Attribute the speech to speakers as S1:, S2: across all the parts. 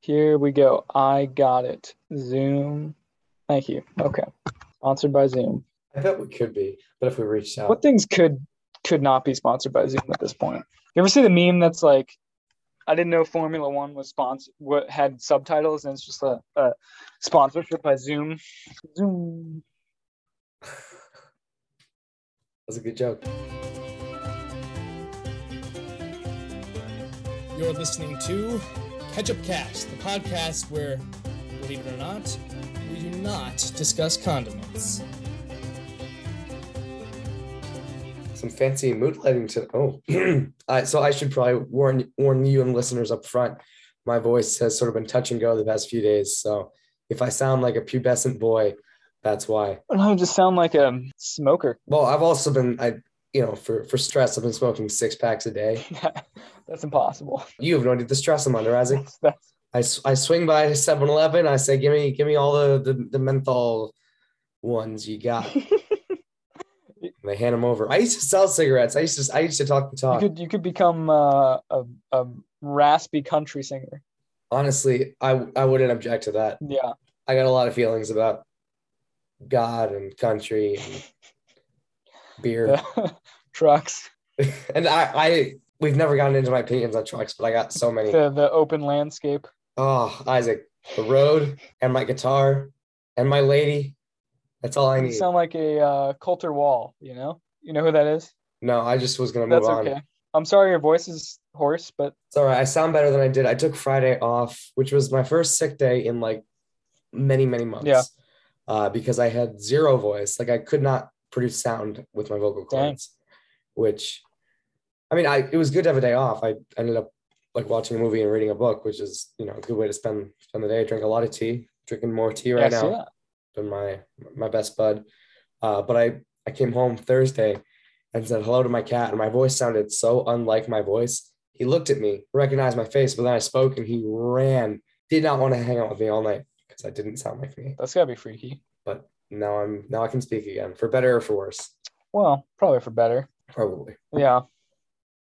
S1: Here we go. I got it. Zoom. Thank you. Okay. Sponsored by Zoom.
S2: I bet we could be, but if we reached out,
S1: What things could could not be sponsored by Zoom at this point? You ever see the meme that's like, I didn't know Formula One was sponsored. What had subtitles and it's just a, a sponsorship by Zoom. Zoom.
S2: that's a good joke.
S3: You're listening to Catch Up Cast, the podcast where, believe it or not, we do not discuss condiments.
S2: Some fancy mood lighting to. Oh, all right. So I should probably warn warn you and listeners up front. My voice has sort of been touch and go the past few days. So if I sound like a pubescent boy, that's why.
S1: I don't know, just sound like a smoker.
S2: Well, I've also been I you know for for stress I've been smoking six packs a day.
S1: that's impossible.
S2: You have no idea the stress I'm under, Isaac.
S1: That's, that's,
S2: I, s- I swing by 7-Eleven. I say, give me give me all the the, the menthol ones you got. and they hand them over. I used to sell cigarettes. I used to I used to talk the
S1: you
S2: talk.
S1: could you could become uh, a a raspy country singer.
S2: Honestly, I I wouldn't object to that.
S1: Yeah.
S2: I got a lot of feelings about God and country and beer.
S1: Trucks.
S2: and I I we've never gotten into my opinions on trucks, but I got so many.
S1: The the open landscape.
S2: Oh, Isaac, the road and my guitar and my lady. That's all I
S1: You
S2: need.
S1: sound like a uh, Coulter Wall. You know. You know who that is.
S2: No, I just was gonna move
S1: That's
S2: on.
S1: okay. I'm sorry your voice is hoarse, but
S2: It's all right. I sound better than I did. I took Friday off, which was my first sick day in like many, many months.
S1: Yeah.
S2: Uh, because I had zero voice. Like I could not produce sound with my vocal
S1: Dang.
S2: cords, which I mean, I it was good to have a day off. I ended up like watching a movie and reading a book, which is, you know, a good way to spend spend the day. I drink a lot of tea, drinking more tea right
S1: I see
S2: now
S1: that.
S2: been my my best bud. Uh, but I I came home Thursday and said hello to my cat, and my voice sounded so unlike my voice. He looked at me, recognized my face, but then I spoke, and he ran. Did not want to hang out with me all night because I didn't sound like me.
S1: That's gotta be freaky.
S2: Now I'm now I can speak again, for better or for worse,
S1: Well, probably for better.
S2: probably.
S1: Yeah.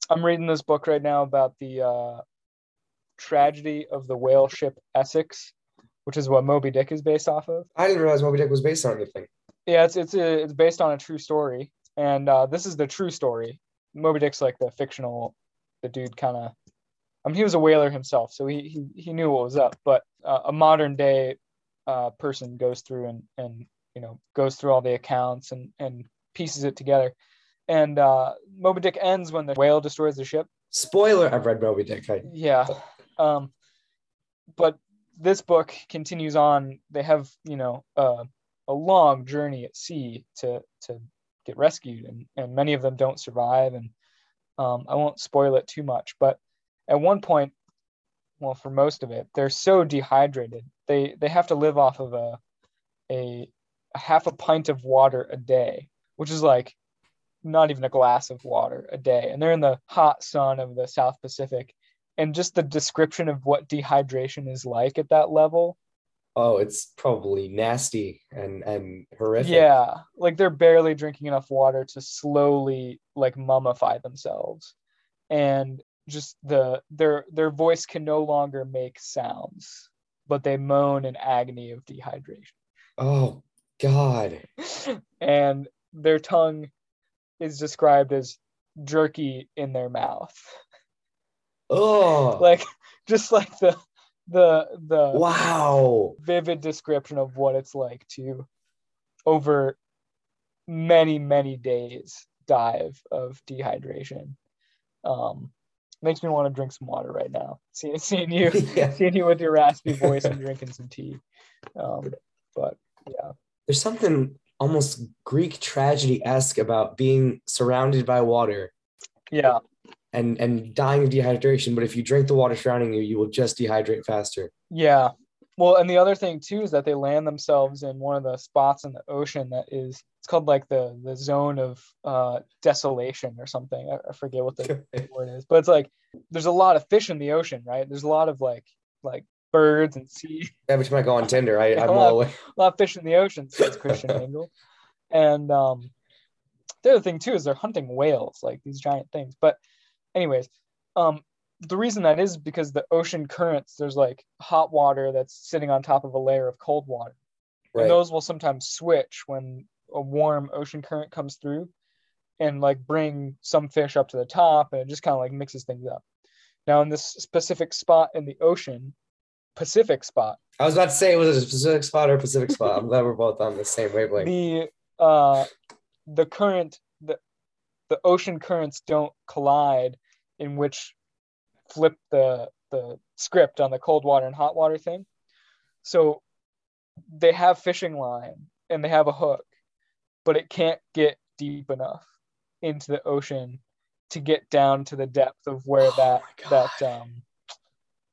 S1: I'm reading this book right now about the uh, tragedy of the whale ship Essex, which is what Moby Dick is based off of.
S2: I didn't realize Moby Dick was based on anything.
S1: Yeah, it's it's a, it's based on a true story, and uh, this is the true story. Moby Dick's like the fictional, the dude kind of. I mean, he was a whaler himself, so he he, he knew what was up. But uh, a modern day uh, person goes through and and you know goes through all the accounts and and pieces it together. And uh, Moby Dick ends when the whale destroys the ship.
S2: Spoiler: I've read Moby Dick. I,
S1: Yeah. Um, but this book continues on. They have, you know, uh, a long journey at sea to to get rescued, and and many of them don't survive. And um, I won't spoil it too much, but at one point, well, for most of it, they're so dehydrated they they have to live off of a a, a half a pint of water a day, which is like not even a glass of water a day, and they're in the hot sun of the South Pacific and just the description of what dehydration is like at that level.
S2: oh, it's probably nasty and and horrific.
S1: Yeah, like they're barely drinking enough water to slowly like mummify themselves, and just the their their voice can no longer make sounds, but they moan in agony of dehydration.
S2: Oh God.
S1: and their tongue is described as jerky in their mouth,
S2: Oh.
S1: like uh, just like the the the
S2: wow.
S1: vivid description of what it's like to over many many days dive of dehydration um makes me want to drink some water right now seeing, seeing you
S2: Yeah.
S1: seeing you with your raspy voice and drinking some tea um but
S2: there's something almost Greek tragedy esque about being surrounded by water
S1: yeah
S2: and and dying of dehydration. But if you drink the water surrounding you, you will just dehydrate faster.
S1: yeah well and the other thing too is that they land themselves in one of the spots in the ocean that is it's called like the the zone of uh desolation or something i, I forget what the word is, but it's like there's a lot of fish in the ocean, right? There's a lot of like like birds and sea,
S2: Every time I go on Tinder, I, I'm
S1: Come
S2: all away.
S1: a lot of fish in the ocean, says Christian Engel. And um, the other thing too is they're hunting whales, like these giant things. But anyways, um, the reason that is because the ocean currents, there's like hot water that's sitting on top of a layer of cold water.
S2: Right.
S1: And those will sometimes switch when a warm ocean current comes through and like bring some fish up to the top and it just kind of like mixes things up. Now, in this specific spot in the ocean, Pacific spot,
S2: I was about to say it was a Pacific spot or Pacific spot. I'm glad we're both on the same wavelength.
S1: the uh, the current the the ocean currents don't collide, in which flip the the script on the cold water and hot water thing. So they have fishing line and they have a hook, but it can't get deep enough into the ocean to get down to the depth of where
S2: Oh
S1: that
S2: my God.
S1: that um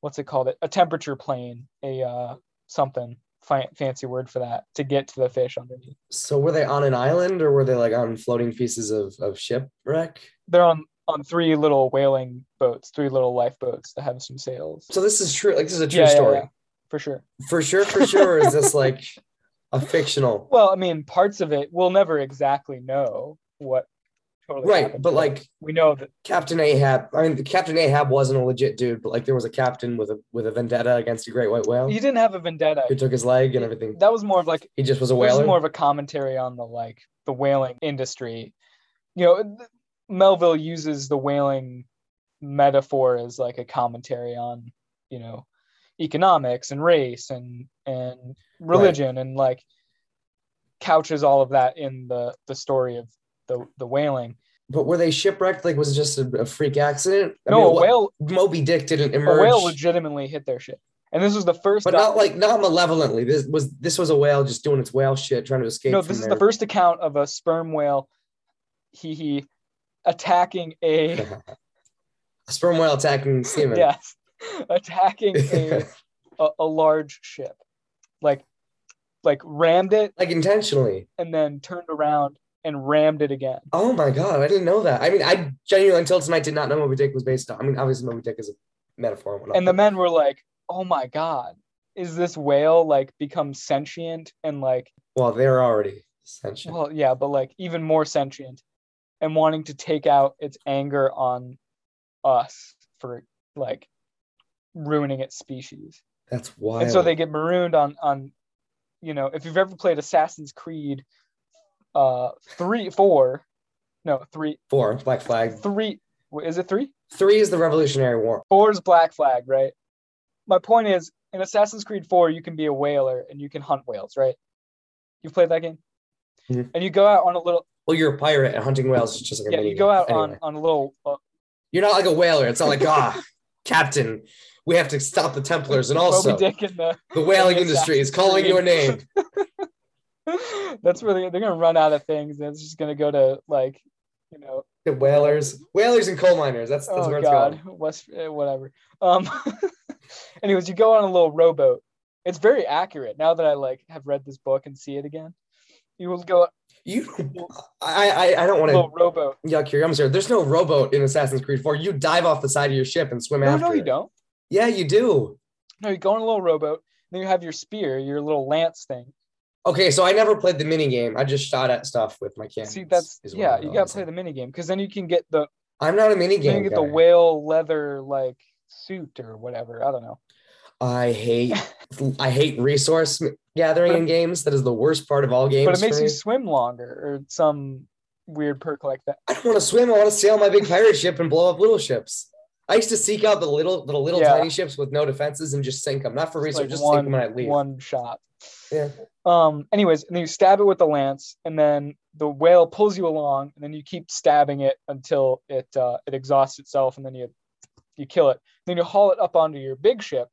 S1: what's it called it a temperature plane a uh something fi- fancy word for that to get to the fish underneath
S2: so were they on an island or were they like on floating pieces of, of shipwreck?
S1: they're on on three little whaling boats three little lifeboats that have some sails
S2: So this is true. Like this is a true
S1: Yeah, yeah,
S2: story.
S1: yeah. for sure
S2: For sure, for sure. or is this like a fictional?
S1: well i mean parts of it we'll never exactly know what totally
S2: Right.
S1: happened,
S2: But like
S1: we know that
S2: Captain Ahab, I mean Captain Ahab wasn't a legit dude, but like there was a captain with a with a vendetta against a great white whale
S1: he didn't have a vendetta
S2: who took his leg and everything.
S1: that was more of like
S2: He just was a
S1: This
S2: whaler.
S1: is more of a commentary on the like the whaling industry. You know, th- Melville uses the whaling metaphor as like a commentary on you know economics and race and and religion and like couches all of that in the the story of the the whaling.
S2: but were they shipwrecked? Like was it just a, a freak accident? I
S1: no,
S2: mean,
S1: a
S2: what-
S1: whale
S2: Moby Dick didn't
S1: a
S2: emerge.
S1: whale legitimately hit their ship, and this was the first.
S2: but not like not malevolently. This was this was a whale just doing its whale shit, trying to escape.
S1: no,
S2: from
S1: this is
S2: their-
S1: the first account of a sperm whale. He he attacking a
S2: a sperm whale attacking semen.
S1: yes attacking a, a, a large ship like like rammed it
S2: like intentionally.
S1: and then turned around and rammed it again
S2: Oh my god, I didn't know that. I mean, I genuinely until tonight did not know Moby Dick was based on. I mean, obviously Moby Dick is a metaphor and whatnot.
S1: and the
S2: but
S1: men were like oh my god is this whale like become sentient and like
S2: well, they're already sentient.
S1: well yeah but like even more sentient and wanting to take out its anger on us for like ruining its species
S2: That's wild.
S1: and so they get marooned on on you know if you've ever played assassin's creed uh three four no three
S2: four Black Flag.
S1: three wait, is it three
S2: Three is the Revolutionary War.
S1: four is black flag right my point is in assassin's creed four you can be a whaler and you can hunt whales right you've played that game
S2: Mhm.
S1: and you go out on a little
S2: Well, you're a pirate and hunting whales is just
S1: Mm-hmm.
S2: like a
S1: yeah
S2: mini
S1: you go out
S2: anyway.
S1: on on a little uh,
S2: You're not like a whaler. It's not like ah, Captain, we have to stop the Templars and also
S1: Moby Dick in the
S2: the whaling
S1: and the
S2: industry is calling your name.
S1: that's really they're gonna run out of things and it's just gonna go to like you know
S2: The whalers, whalers and coal miners. That's that's where
S1: oh
S2: it's
S1: god
S2: going.
S1: west eh, whatever um anyways you go on a little rowboat it's very accurate now that i like have read this book and see it again you will go on
S2: You, I, I, I don't
S1: a
S2: want
S1: little
S2: to
S1: rowboat
S2: yuck your yums here. There's no rowboat in Assassin's Creed 4. You dive off the side of your ship and swim
S1: no
S2: after.
S1: no you
S2: it.
S1: don't
S2: Yeah, you do.
S1: no you go on a little rowboat then you have your spear your little lance thing
S2: Okay, so I never played the mini game. I just shot at stuff with my cannon.
S1: see that's yeah you gotta play the mini game because then you can get the
S2: I'm not a mini
S1: then you
S2: game
S1: get
S2: guy.
S1: the whale leather like suit or whatever i don't know
S2: I hate, I hate resource m- gathering
S1: But-
S2: in games. That is the worst part of all games.
S1: but it makes
S2: for
S1: you
S2: me.
S1: swim longer or some weird perk like that
S2: I don't want to swim. I want to sail my big pirate ship and blow up little ships. I used to seek out the little, the little
S1: Yeah.
S2: tiny ships with no defenses and just sink them, not for
S1: It's like
S2: research, just sink
S1: one,
S2: them when I leave.
S1: one shot.
S2: Yeah.
S1: Um. Anyways, and then you stab it with the lance, and then the whale pulls you along, and then you keep stabbing it until it uh, it exhausts itself, and then you you kill it. Then you haul it up onto your big ship,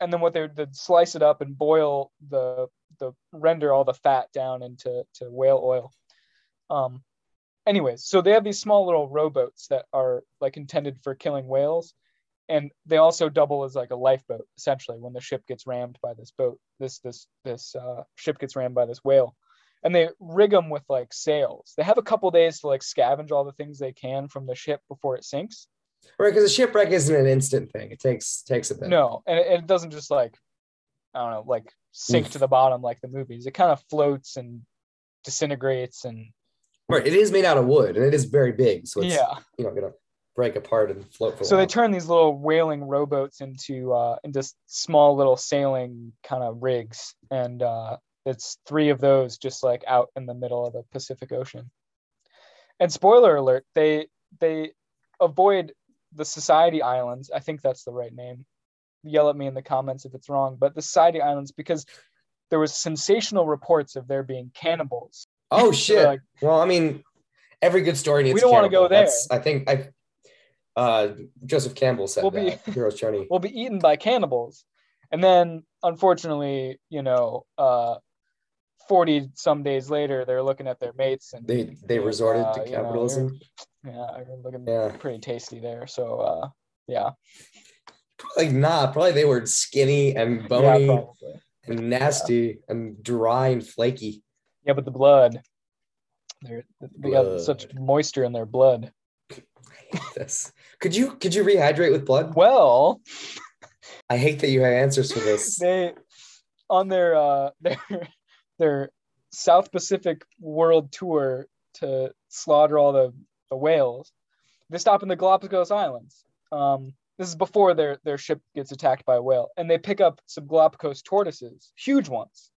S1: and then what they they'd slice it up and boil the the render all the fat down into to whale oil. Um. Anyways, so they have these small little rowboats that are like intended for killing whales and they also double as like a lifeboat essentially when the ship gets rammed by this boat this this this uh, ship gets rammed by this whale and they rig them with like sails they have a couple days to like scavenge all the things they can from the ship before it sinks
S2: Right, because a shipwreck isn't an instant thing. It takes takes a bit.
S1: no and it, it doesn't just like i don't know like sink
S2: Oof.
S1: to the bottom like the movies it kind of floats and disintegrates and
S2: Right, it is made out of wood and it is very big, so it's
S1: yeah
S2: you know gonna break apart and float for a
S1: So they
S2: while.
S1: turn these little whaling rowboats into uh, into s- small little sailing kind of rigs, and uh, it's three of those just like out in the middle of the Pacific Ocean. And spoiler alert, they they avoid the Society Islands. I think that's the right name. Yell at me in the comments if it's wrong, but the Society Islands because there was sensational reports of there being cannibals. Uh,
S2: oh
S1: So they're
S2: shit!
S1: like,
S2: Well, I mean, every good story needs.
S1: We don't wanna
S2: to
S1: go
S2: I think I. Uh, Joseph Campbell said
S1: We'll be-
S2: that. Hero's Journey.
S1: will be eaten by cannibals. And then, unfortunately, you know, uh, 40 some days later, they're looking at their mates and
S2: They they
S1: Yeah,
S2: resorted
S1: uh, you
S2: to
S1: know, you're-
S2: capitalism.
S1: yeah, they're looking
S2: Yeah,
S1: pretty tasty there. So, uh, yeah,
S2: like nah. Probably they were skinny and
S1: yeah,
S2: bony
S1: probably.
S2: and nasty and dry and flaky.
S1: Yeah, but the blood, they're, they got such moisture in their blood.
S2: This. Could you could you rehydrate with blood?
S1: Well,
S2: I hate that you have answers for this.
S1: they on their uh their their South Pacific world tour to slaughter all the, the whales, they stop in the Galapagos Islands. Um, this is before their their ship gets attacked by a whale, and they pick up some Galapagos tortoises, huge ones,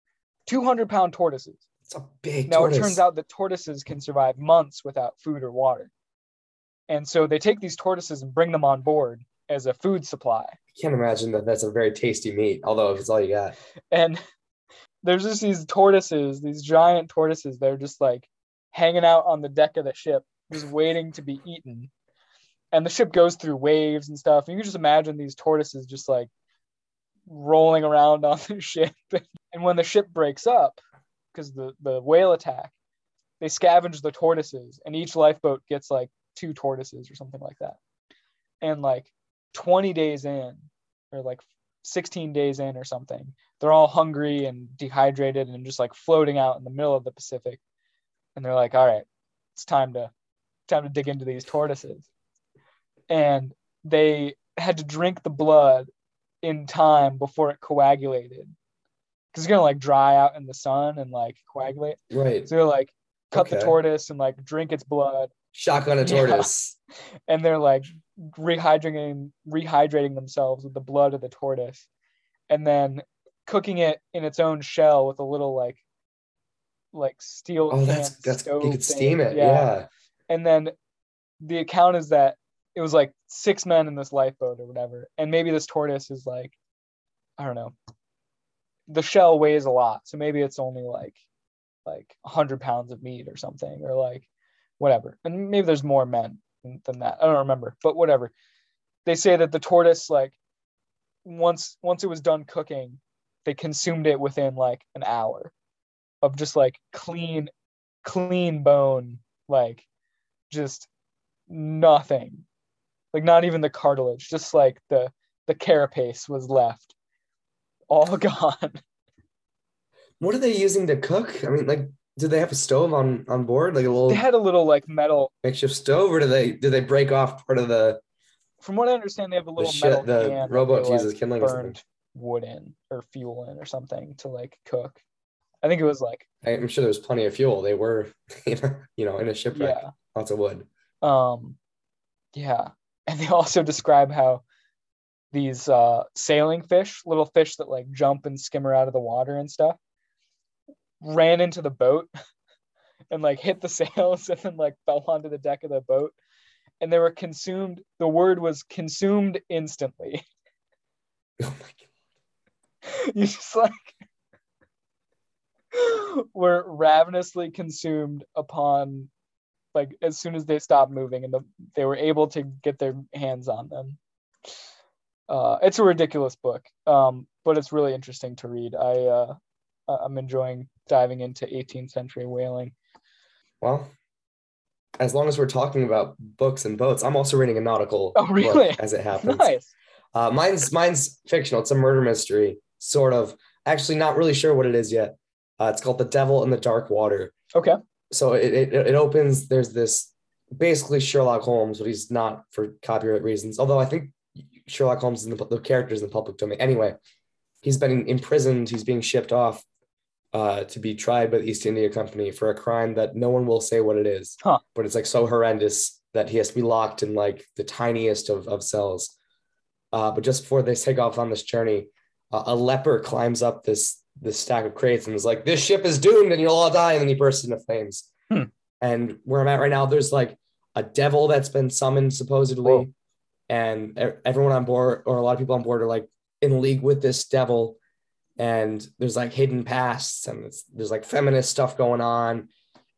S1: two hundred pound tortoises.
S2: It's a big.
S1: Now
S2: tortoise.
S1: it turns out that tortoises can survive months without food or water, and so they take these tortoises and bring them on board as a food supply.
S2: I can't imagine that that's a very tasty meat. Although if it's all you got,
S1: and there's just these tortoises, these giant tortoises. They're just like hanging out on the deck of the ship, just waiting to be eaten. And the ship goes through waves and stuff. And you can just imagine these tortoises just like rolling around on the ship. and when the ship breaks up, because the, the whale attack, they scavenge the tortoises, and each lifeboat gets like two tortoises or something like that. And like 20 days in, or like 16 days in, or something, they're all hungry and dehydrated and just like floating out in the middle of the Pacific. And they're like, all right, it's time to time to dig into these tortoises. And they had to drink the blood in time before it coagulated. Cause it's gonna like dry out in the sun and like coagulate.
S2: right?
S1: So they're like cut the
S2: Okay.
S1: tortoise and like drink its blood.
S2: Shotgun a
S1: Yeah.
S2: tortoise.
S1: And they're like rehydrating rehydrating themselves with the blood of the tortoise. And then cooking it in its own shell with a little like like steel.
S2: Oh, that's
S1: can
S2: that's you
S1: stove
S2: could
S1: thing.
S2: steam it. Yeah.
S1: And then the account is that it was like six men in this lifeboat or whatever. And maybe this tortoise is like, I don't know. The shell weighs a lot. So maybe it's only like like hundred pounds of meat or something, or like whatever. And maybe there's more men than than that. I don't remember, but whatever. They say that the tortoise, like once once it was done cooking, they consumed it within like an hour of just like clean, clean bone, like just nothing. Like not even the cartilage, just like the the carapace was left. All gone.
S2: What are they using to cook? I mean, like, do they have a stove on on board, like a little
S1: They had a little like metal
S2: makeshift stove, or do they do they break off part of the
S1: from what I understand, they have a
S2: the
S1: little metal
S2: shit the
S1: can
S2: robot
S1: that they,
S2: uses kindling
S1: like,
S2: or something?
S1: burned wood in or fuel in or something to like cook. I think it was like
S2: I- I'm sure there's plenty of fuel. They were, you know, in a shipwreck,
S1: yeah,
S2: lots of wood.
S1: um, yeah, and they also describe how these uh, sailing fish, little fish that like jump and skimmer out of the water and stuff, ran into the boat and like hit the sails and then like fell onto the deck of the boat, and they were consumed. The word was consumed instantly.
S2: Oh my God.
S1: you just like were ravenously consumed upon like as soon as they stopped moving and the, they were able to get their hands on them uh, it's a ridiculous book um, but it's really interesting to read i uh, I- i'm enjoying diving into 18th century whaling
S2: Well, as long as we're talking about books and boats, I'm also reading a nautical
S1: Oh,
S2: book
S1: really?
S2: as it happens.
S1: nice
S2: Uh, mine's mine's fictional. It's a murder mystery, sort of. Actually, not really sure what it is yet. Uh, it's called The Devil in the Dark Water.
S1: Okay.
S2: So it, it it opens. There's this basically Sherlock Holmes, but he's not for copyright reasons. Although I think Sherlock Holmes and the, the characters in the public domain. Anyway, he's been imprisoned. He's being shipped off uh, to be tried by the East India Company for a crime that no one will say what it is.
S1: Huh.
S2: But it's like so horrendous that he has to be locked in like the tiniest of, of cells. Uh, but just before they take off on this journey, uh, a leper climbs up this this stack of crates and is like, "This ship is doomed, and you'll all die." And then he bursts into flames.
S1: Hmm.
S2: And where I'm at right now, there's like a devil that's been summoned supposedly,
S1: Whoa.
S2: and e- everyone on board or a lot of people on board are like in league with this devil. And there's like hidden pasts, and it's, there's like feminist stuff going on,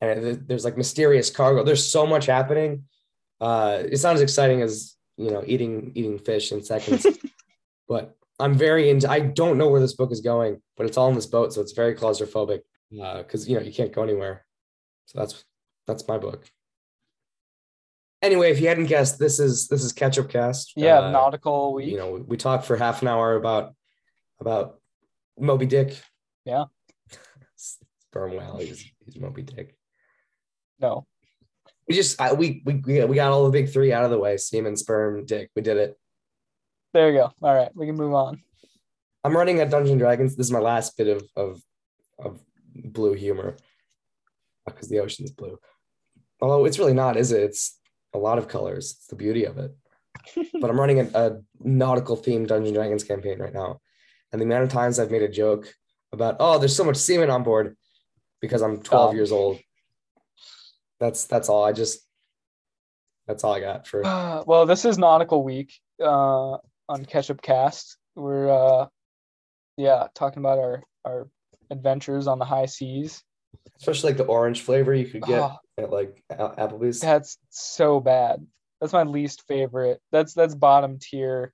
S2: and th- there's like mysterious cargo. There's so much happening. Uh, it's not as exciting as you know eating eating fish in seconds, but I'm very into. I don't know where this book is going, but it's all in this boat, so it's very claustrophobic because you know you can't go anywhere. So that's that's my book. Anyway, if you hadn't guessed, this is this is Ketchup Cast.
S1: Yeah,
S2: Uh,
S1: nautical week.
S2: you know we talked for half an hour about about Moby Dick.
S1: Yeah.
S2: Sperm whale. He's, he's Moby Dick.
S1: no,
S2: We just I, we we we we got all the big three out of the way: semen, sperm, dick. We did it.
S1: there you go. All right, we can move on.
S2: I'm running at Dungeon Dragons. This is my last bit of of of blue humor because the ocean's blue. Although it's really not, is it? It's a lot of colors. It's the beauty of it. but I'm running a, a nautical themed Dungeon Dragons campaign right now, and the amount of times I've made a joke about oh, there's so much semen on board because I'm 12
S1: Oh.
S2: years old. That's that's all. I just that's all I got for.
S1: well, this is nautical week uh, on Ketchup Cast. We're uh, yeah talking about our our adventures on the high seas.
S2: Especially like the orange flavor you could get
S1: Oh,
S2: at like A- Applebee's.
S1: that's so bad. That's my least favorite. That's that's bottom tier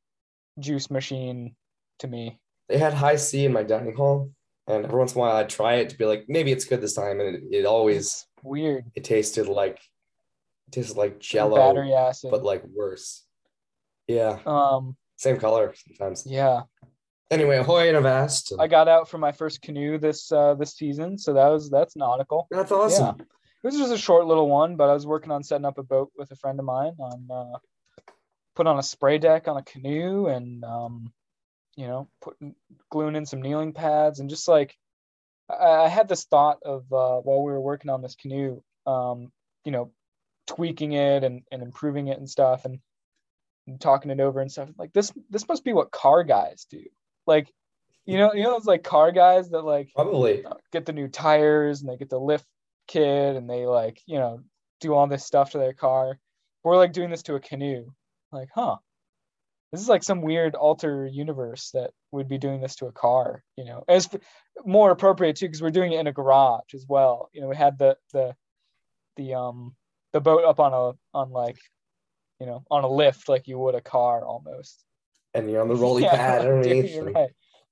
S1: juice machine to me.
S2: they had high C in my dining hall, and every once in a while I'd try it to be like, maybe it's good this time, and it, it always
S1: Weird
S2: it tasted like it tasted like Jello,
S1: battery acid.
S2: but like worse. Yeah,
S1: um,
S2: same color sometimes.
S1: yeah.
S2: Anyway, ahoy and avast.
S1: I got out for my first canoe this uh, this season, so that was that's nautical.
S2: That's awesome.
S1: It was just a short little one, but I was working on setting up a boat with a friend of mine on uh, put on a spray deck on a canoe and um, you know putting gluing in some kneeling pads and just like I, I had this thought of uh, while we were working on this canoe, um, you know, tweaking it and, and improving it and stuff and, and talking it over and stuff like this this must be what car guys do like you know you know those like car guys that like
S2: Probably.
S1: uh, get the new tires and they get the lift kit and they like you know do all this stuff to their car we're like doing this to a canoe like huh this is like some weird alter universe that would be doing this to a car you know as more appropriate too because we're doing it in a garage as well you know we had the the the um the boat up on a on like you know on a lift like you would a car almost
S2: And you're on the rolly
S1: Yeah,
S2: pad
S1: dude,
S2: underneath,
S1: you're
S2: and
S1: right.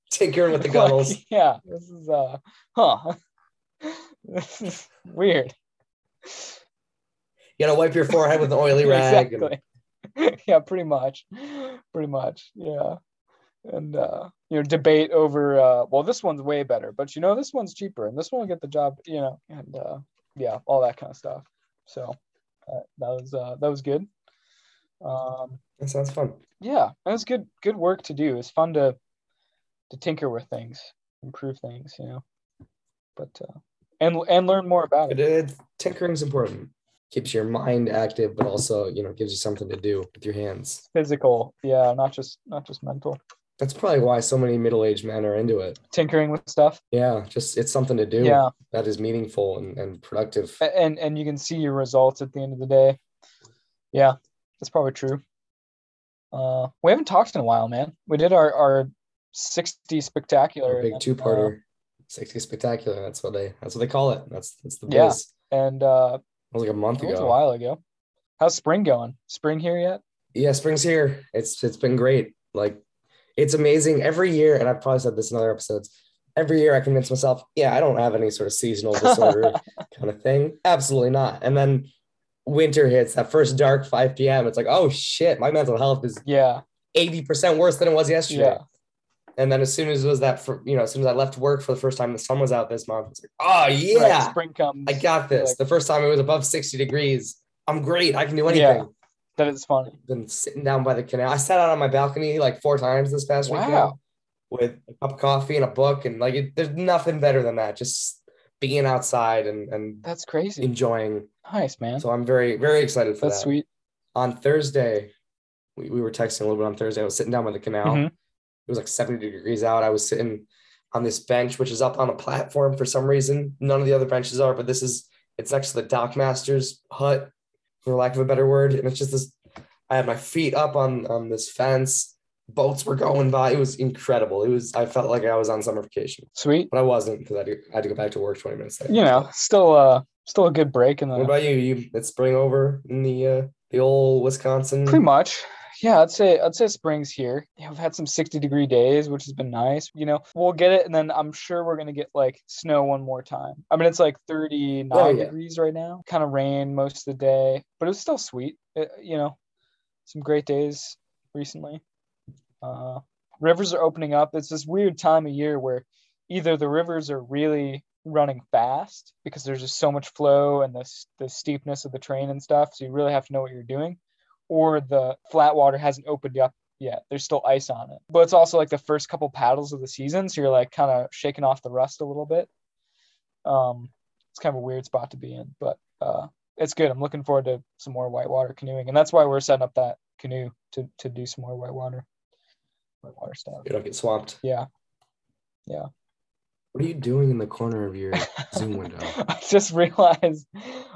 S2: tinkering with the
S1: Like,
S2: gunnels.
S1: yeah, this is uh, huh. this is weird.
S2: You gotta wipe your forehead with an oily rag. and-
S1: exactly. yeah, pretty much, pretty much. Yeah, and uh, you know, debate over. Uh, well, this one's way better, but you know, this one's cheaper, and this one will get the job. You know, and uh, yeah, all that kind of stuff. So uh, that was uh, that was good. Um,
S2: That sounds fun.
S1: yeah, that was good. Good work to do. It's fun to to tinker with things, improve things, you know. But uh, and and learn more about
S2: But
S1: it.
S2: it, tinkering's important. Keeps your mind active, but also you know gives you something to do with your hands.
S1: Physical, yeah, not just not just mental.
S2: That's probably why so many middle-aged men are into it.
S1: Tinkering with stuff.
S2: Yeah, just it's something to do
S1: Yeah,
S2: that is meaningful and, and productive.
S1: a- and and you can see your results at the end of the day. Yeah, that's probably true. Uh, we haven't talked in a while, man. We did our our sixty spectacular
S2: A big
S1: and,
S2: two-parter, sixty spectacular. That's what they that's what they call it. That's that's the biz.
S1: Yeah. uh, and uh,
S2: That was like a month
S1: it was a
S2: ago.
S1: while ago. How's spring going? Spring here yet?
S2: yeah, spring's here. It's it's been great. Like it's amazing every year, and I've probably said this in other episodes. Every year I convince myself, yeah, I don't have any sort of seasonal disorder kind of thing. Absolutely not. And then winter hits that first dark 5 p.m. It's like, oh shit, my mental health is
S1: Yeah,
S2: 80% worse than it was yesterday.
S1: yeah.
S2: And then as soon as it was that, for, you know, as soon as I left work for the first time, the sun was out this month. It's like, oh
S1: Right,
S2: yeah,
S1: spring comes.
S2: I got this.
S1: Like-
S2: the first time it was above 60 degrees. I'm great. I can do
S1: Yeah.
S2: anything.
S1: That is funny.
S2: Been sitting down by the canal. I sat out on my balcony like four times this past weekend
S1: Wow.
S2: with a cup of coffee and a book. And like, it, there's nothing better than that. Just being outside and, and
S1: That's crazy.
S2: enjoying.
S1: Nice, man.
S2: So I'm very, very excited for
S1: That's
S2: that.
S1: sweet.
S2: on Thursday, we, we were texting a little bit on Thursday. I was sitting down by the canal.
S1: Mhm.
S2: It was like 70 degrees out. I was sitting on this bench, which is up on a platform for some reason. None of the other benches are, but this is it's next to the dockmaster's hut, for lack of a better word. And it's just this I had my feet up on on this fence. Boats were going by. It was incredible. It was I felt like I was on summer vacation,
S1: Sweet.
S2: but I wasn't because I, had to- I had to go back to work 20 minutes later.
S1: You know, still uh still a good break in the
S2: What about you? You it's spring over in the uh, the old Wisconsin.
S1: Pretty much. Yeah, I'd say I'd say spring's here. Yeah, we've had some 60 degree days, which has been nice. You know, we'll get it, and then I'm sure we're gonna get like snow one more time. I mean, it's like 39
S2: Oh, yeah.
S1: degrees right now. Kind of rain most of the day, but it was still sweet. It- you know, some great days recently. Uh, rivers are opening up. It's this weird time of year where either the rivers are really running fast because there's just so much flow and the, s- the steepness of the train and stuff, so you really have to know what you're doing, or the flat water hasn't opened up yet. There's still ice on it. But it's also like the first couple paddles of the season, so you're like kind of shaking off the rust a little bit. Um, it's kind of a weird spot to be in, but uh, it's good. I'm looking forward to some more whitewater canoeing, and that's why we're setting up that canoe to, to do some more whitewater whitewater stuff.
S2: You don't get swamped.
S1: Yeah.
S2: What are you doing in the corner of your Zoom window?
S1: I just realized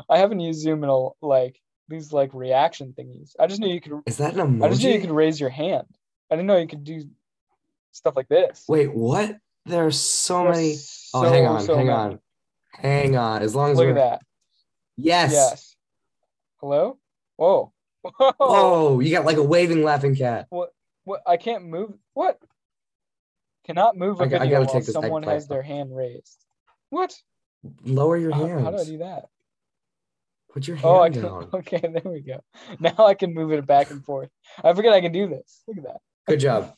S1: I haven't used Zoom in a like these like reaction thingies. I just knew you could.
S2: Is that an
S1: I just knew you
S2: emoji?
S1: could raise your hand. I didn't know you could do stuff like this.
S2: Wait, what? There are so
S1: There's
S2: many.
S1: so,
S2: Oh, hang on,
S1: so
S2: hang
S1: many.
S2: on, hang on. As long as
S1: Look
S2: we're
S1: at that.
S2: yes.
S1: Yes. Hello. Whoa. Whoa.
S2: Oh, you got like a waving laughing cat.
S1: What? I can't move. What? Cannot move a
S2: I g- I
S1: video
S2: gotta
S1: while
S2: take this
S1: someone
S2: eggplant
S1: has their hand raised. What?
S2: Lower your
S1: How,
S2: hands.
S1: how do I do that?
S2: Put your hand
S1: Oh, I can.
S2: down.
S1: Okay, there we go. Now I can move it back and forth. I forget I can do this. Look at that.
S2: Good job.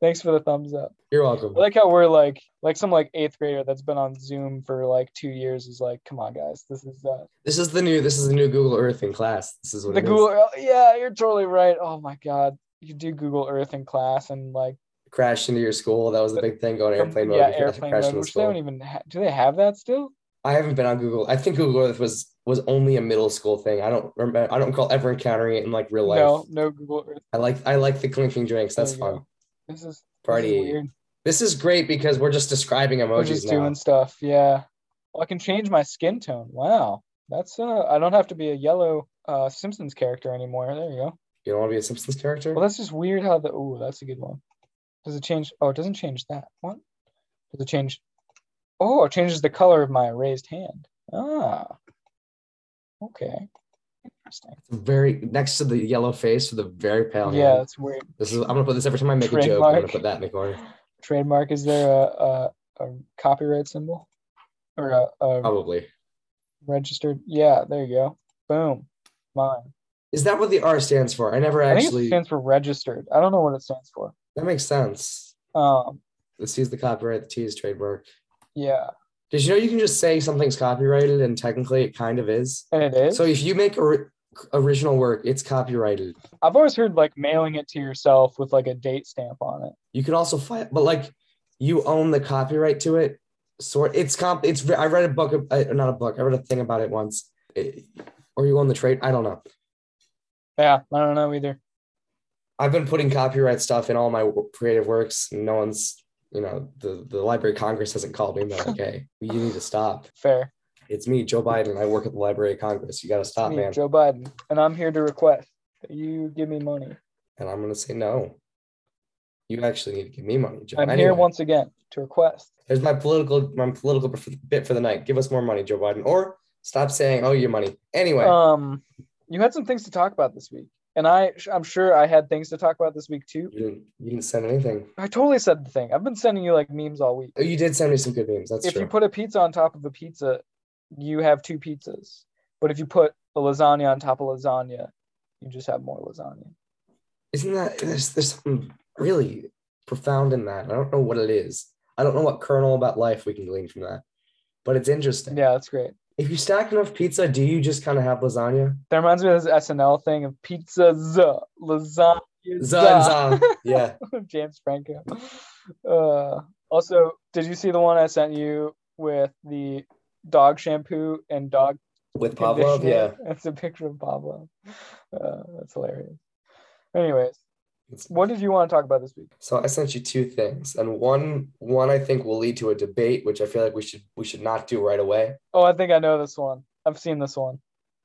S1: Thanks for the thumbs up.
S2: You're welcome.
S1: I like how we're like like some like eighth grader that's been on Zoom for like two years is like, come on guys, this is uh,
S2: This is the new. This is the new Google Earth in class. This is what
S1: the
S2: it is.
S1: Google. Earth- Yeah, you're totally right. Oh my god, you do Google Earth in class and like
S2: Crashed into your school. That was the big thing. Going
S1: some-
S2: airplane mode.
S1: yeah,
S2: if you
S1: airplane
S2: crashed
S1: mode,
S2: into
S1: which they don't
S2: school.
S1: even ha- do they have that still?
S2: I haven't been on Google. I think Google Earth was was only a middle school thing. I don't remember. I don't recall ever encountering it in like real life.
S1: No, no Google Earth.
S2: I like I like the clinking drinks. That's
S1: There we go.
S2: fun.
S1: This is this is
S2: Party.
S1: weird.
S2: This is great because we're just describing
S1: We're
S2: emojis
S1: just
S2: now.
S1: doing stuff. Yeah. Well, I can change my skin tone. Wow, that's uh, I don't have to be a yellow uh Simpsons character anymore. There you go.
S2: You don't want to be a Simpsons character?
S1: Well, that's just weird how the oh, that's a good one. Does it change? Oh, it doesn't change that. What? Does it change? Oh, it changes the color of my raised hand. Ah. Okay. Interesting.
S2: very next to the yellow face with a very pale.
S1: yeah,
S2: hand.
S1: that's weird.
S2: This is. I'm gonna put this every time I make a joke. I'm gonna
S1: Trademark.
S2: put that in the corner.
S1: Trademark. Is there a a, a copyright symbol or a, a
S2: Probably.
S1: registered? Yeah, there you go. Boom. Mine.
S2: Is that what the R stands for? I never
S1: I think it
S2: actually.
S1: stands for registered. I don't know what it stands for.
S2: that makes sense.
S1: Um.
S2: The C is the copyright. The T is trademark.
S1: Yeah,
S2: Did you know you can just say something's copyrighted and technically it kind of is?
S1: and it is.
S2: So if you make or- original work, it's copyrighted.
S1: I've always heard like mailing it to yourself with like a date stamp on it.
S2: You could also file, but like you own the copyright to it. Sort it's comp. It's I read a book, uh, not a book. I read a thing about it once. It- or you own the trade. I don't know.
S1: Yeah, I don't know either.
S2: I've been putting copyright stuff in all my w- creative works. and No one's, you know, the, the Library of Congress hasn't called me. and They're like, hey, you need to stop.
S1: Fair.
S2: It's me, Joe Biden. I work at the Library of Congress. You got to
S1: It's
S2: stop,
S1: me,
S2: Ah, man.
S1: Joe Biden, and I'm here to request that you give me money.
S2: And I'm going to say no. You actually need to give me money, Joe.
S1: I'm
S2: Anyway,
S1: here once again to request.
S2: there's my political my political bef- bit for the night. Give us more money, Joe Biden, or stop saying, oh, your money. Anyway,
S1: Um, you had some things to talk about this week, and I I'm sure I had things to talk about this week too.
S2: you, didn't, you didn't send anything.
S1: I totally said the thing. I've been sending you like memes all week.
S2: Oh, you did send me some good memes. That's
S1: if
S2: true.
S1: you put a pizza on top of a pizza, you have two pizzas. But if you put a lasagna on top of lasagna, you just have more lasagna.
S2: Isn't that there's, there's something really profound in that? I don't know what it is. I don't know what kernel about life we can glean from that, but it's interesting.
S1: Yeah, that's great.
S2: If you stack enough pizza, do you just kind of have lasagna?
S1: That reminds me of this SNL thing of pizza z lasagna. za.
S2: Zan, zan. Yeah.
S1: James Franco. Uh, also, did you see the one I sent you with the dog shampoo and dog
S2: With Pavlov, yeah.
S1: conditioner? It's a picture of Pablo. Uh, that's hilarious. Anyways, what did you want to talk about this week?
S2: So I sent you two things, and one one I think will lead to a debate, which I feel like we should we should not do right away.
S1: Oh, I think I know this one. I've seen this one.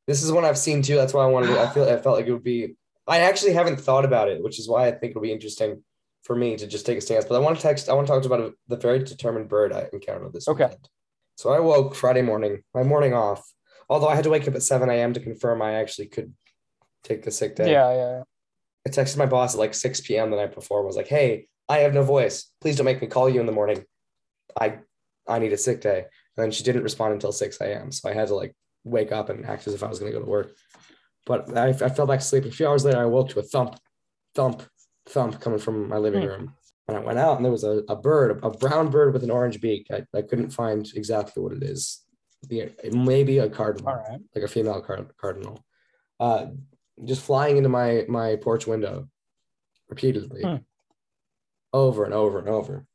S2: This is one I've seen too. That's why I wanted. To, I feel I felt like it would be. I actually haven't thought about it, which is why I think it'll be interesting for me to just take a stance. But I want to text. I want to talk about the very determined bird I encountered this
S1: Okay.
S2: weekend. So I woke Friday morning, my morning off. Although I had to wake up at seven a.m. to confirm I actually could take the sick day.
S1: Yeah, yeah,
S2: I texted my boss at like 6 p.m. the night before. and Was like, "Hey, I have no voice. Please don't make me call you in the morning. I, I need a sick day." And then she didn't respond until 6 a.m. So I had to like wake up and act as if I was going to go to work. But I, I fell back to sleep. A few hours later, I woke to a thump, thump, thump coming from my living
S1: Hmm.
S2: room. And I went out, and there was a, a bird, a brown bird with an orange beak. I, I couldn't find exactly what it is. The- It may be a cardinal
S1: yeah. All right.
S2: like a female card- cardinal, uh, just flying into my my porch window repeatedly,
S1: Hmm.
S2: over and over and over.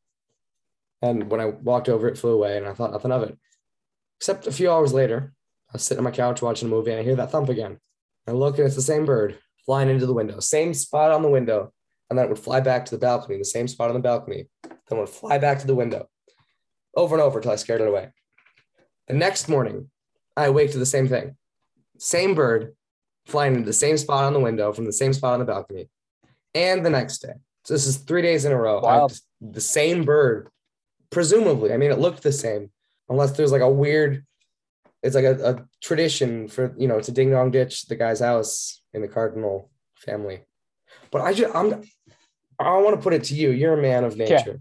S2: And when I walked over, it flew away, and I thought nothing of it. Except a few hours later, I was sitting on my couch watching a movie, and I hear that thump again. I look, and it's the same bird flying into the window, same spot on the window, and then it would fly back to the balcony, the same spot on the balcony, then it would fly back to the window, over and over till I scared it away. The next morning, I awake to the same thing. Same bird flying into the same spot on the window from the same spot on the balcony. And the next day. So this is three days in a row. I-
S1: Wild.
S2: the same bird, presumably. I mean, it looked the same, unless there's like a weird, it's like a, a tradition for, you know, to ding dong ditch the guy's house in the cardinal family. But I just, I'm, I want to put it to you. You're a man of nature.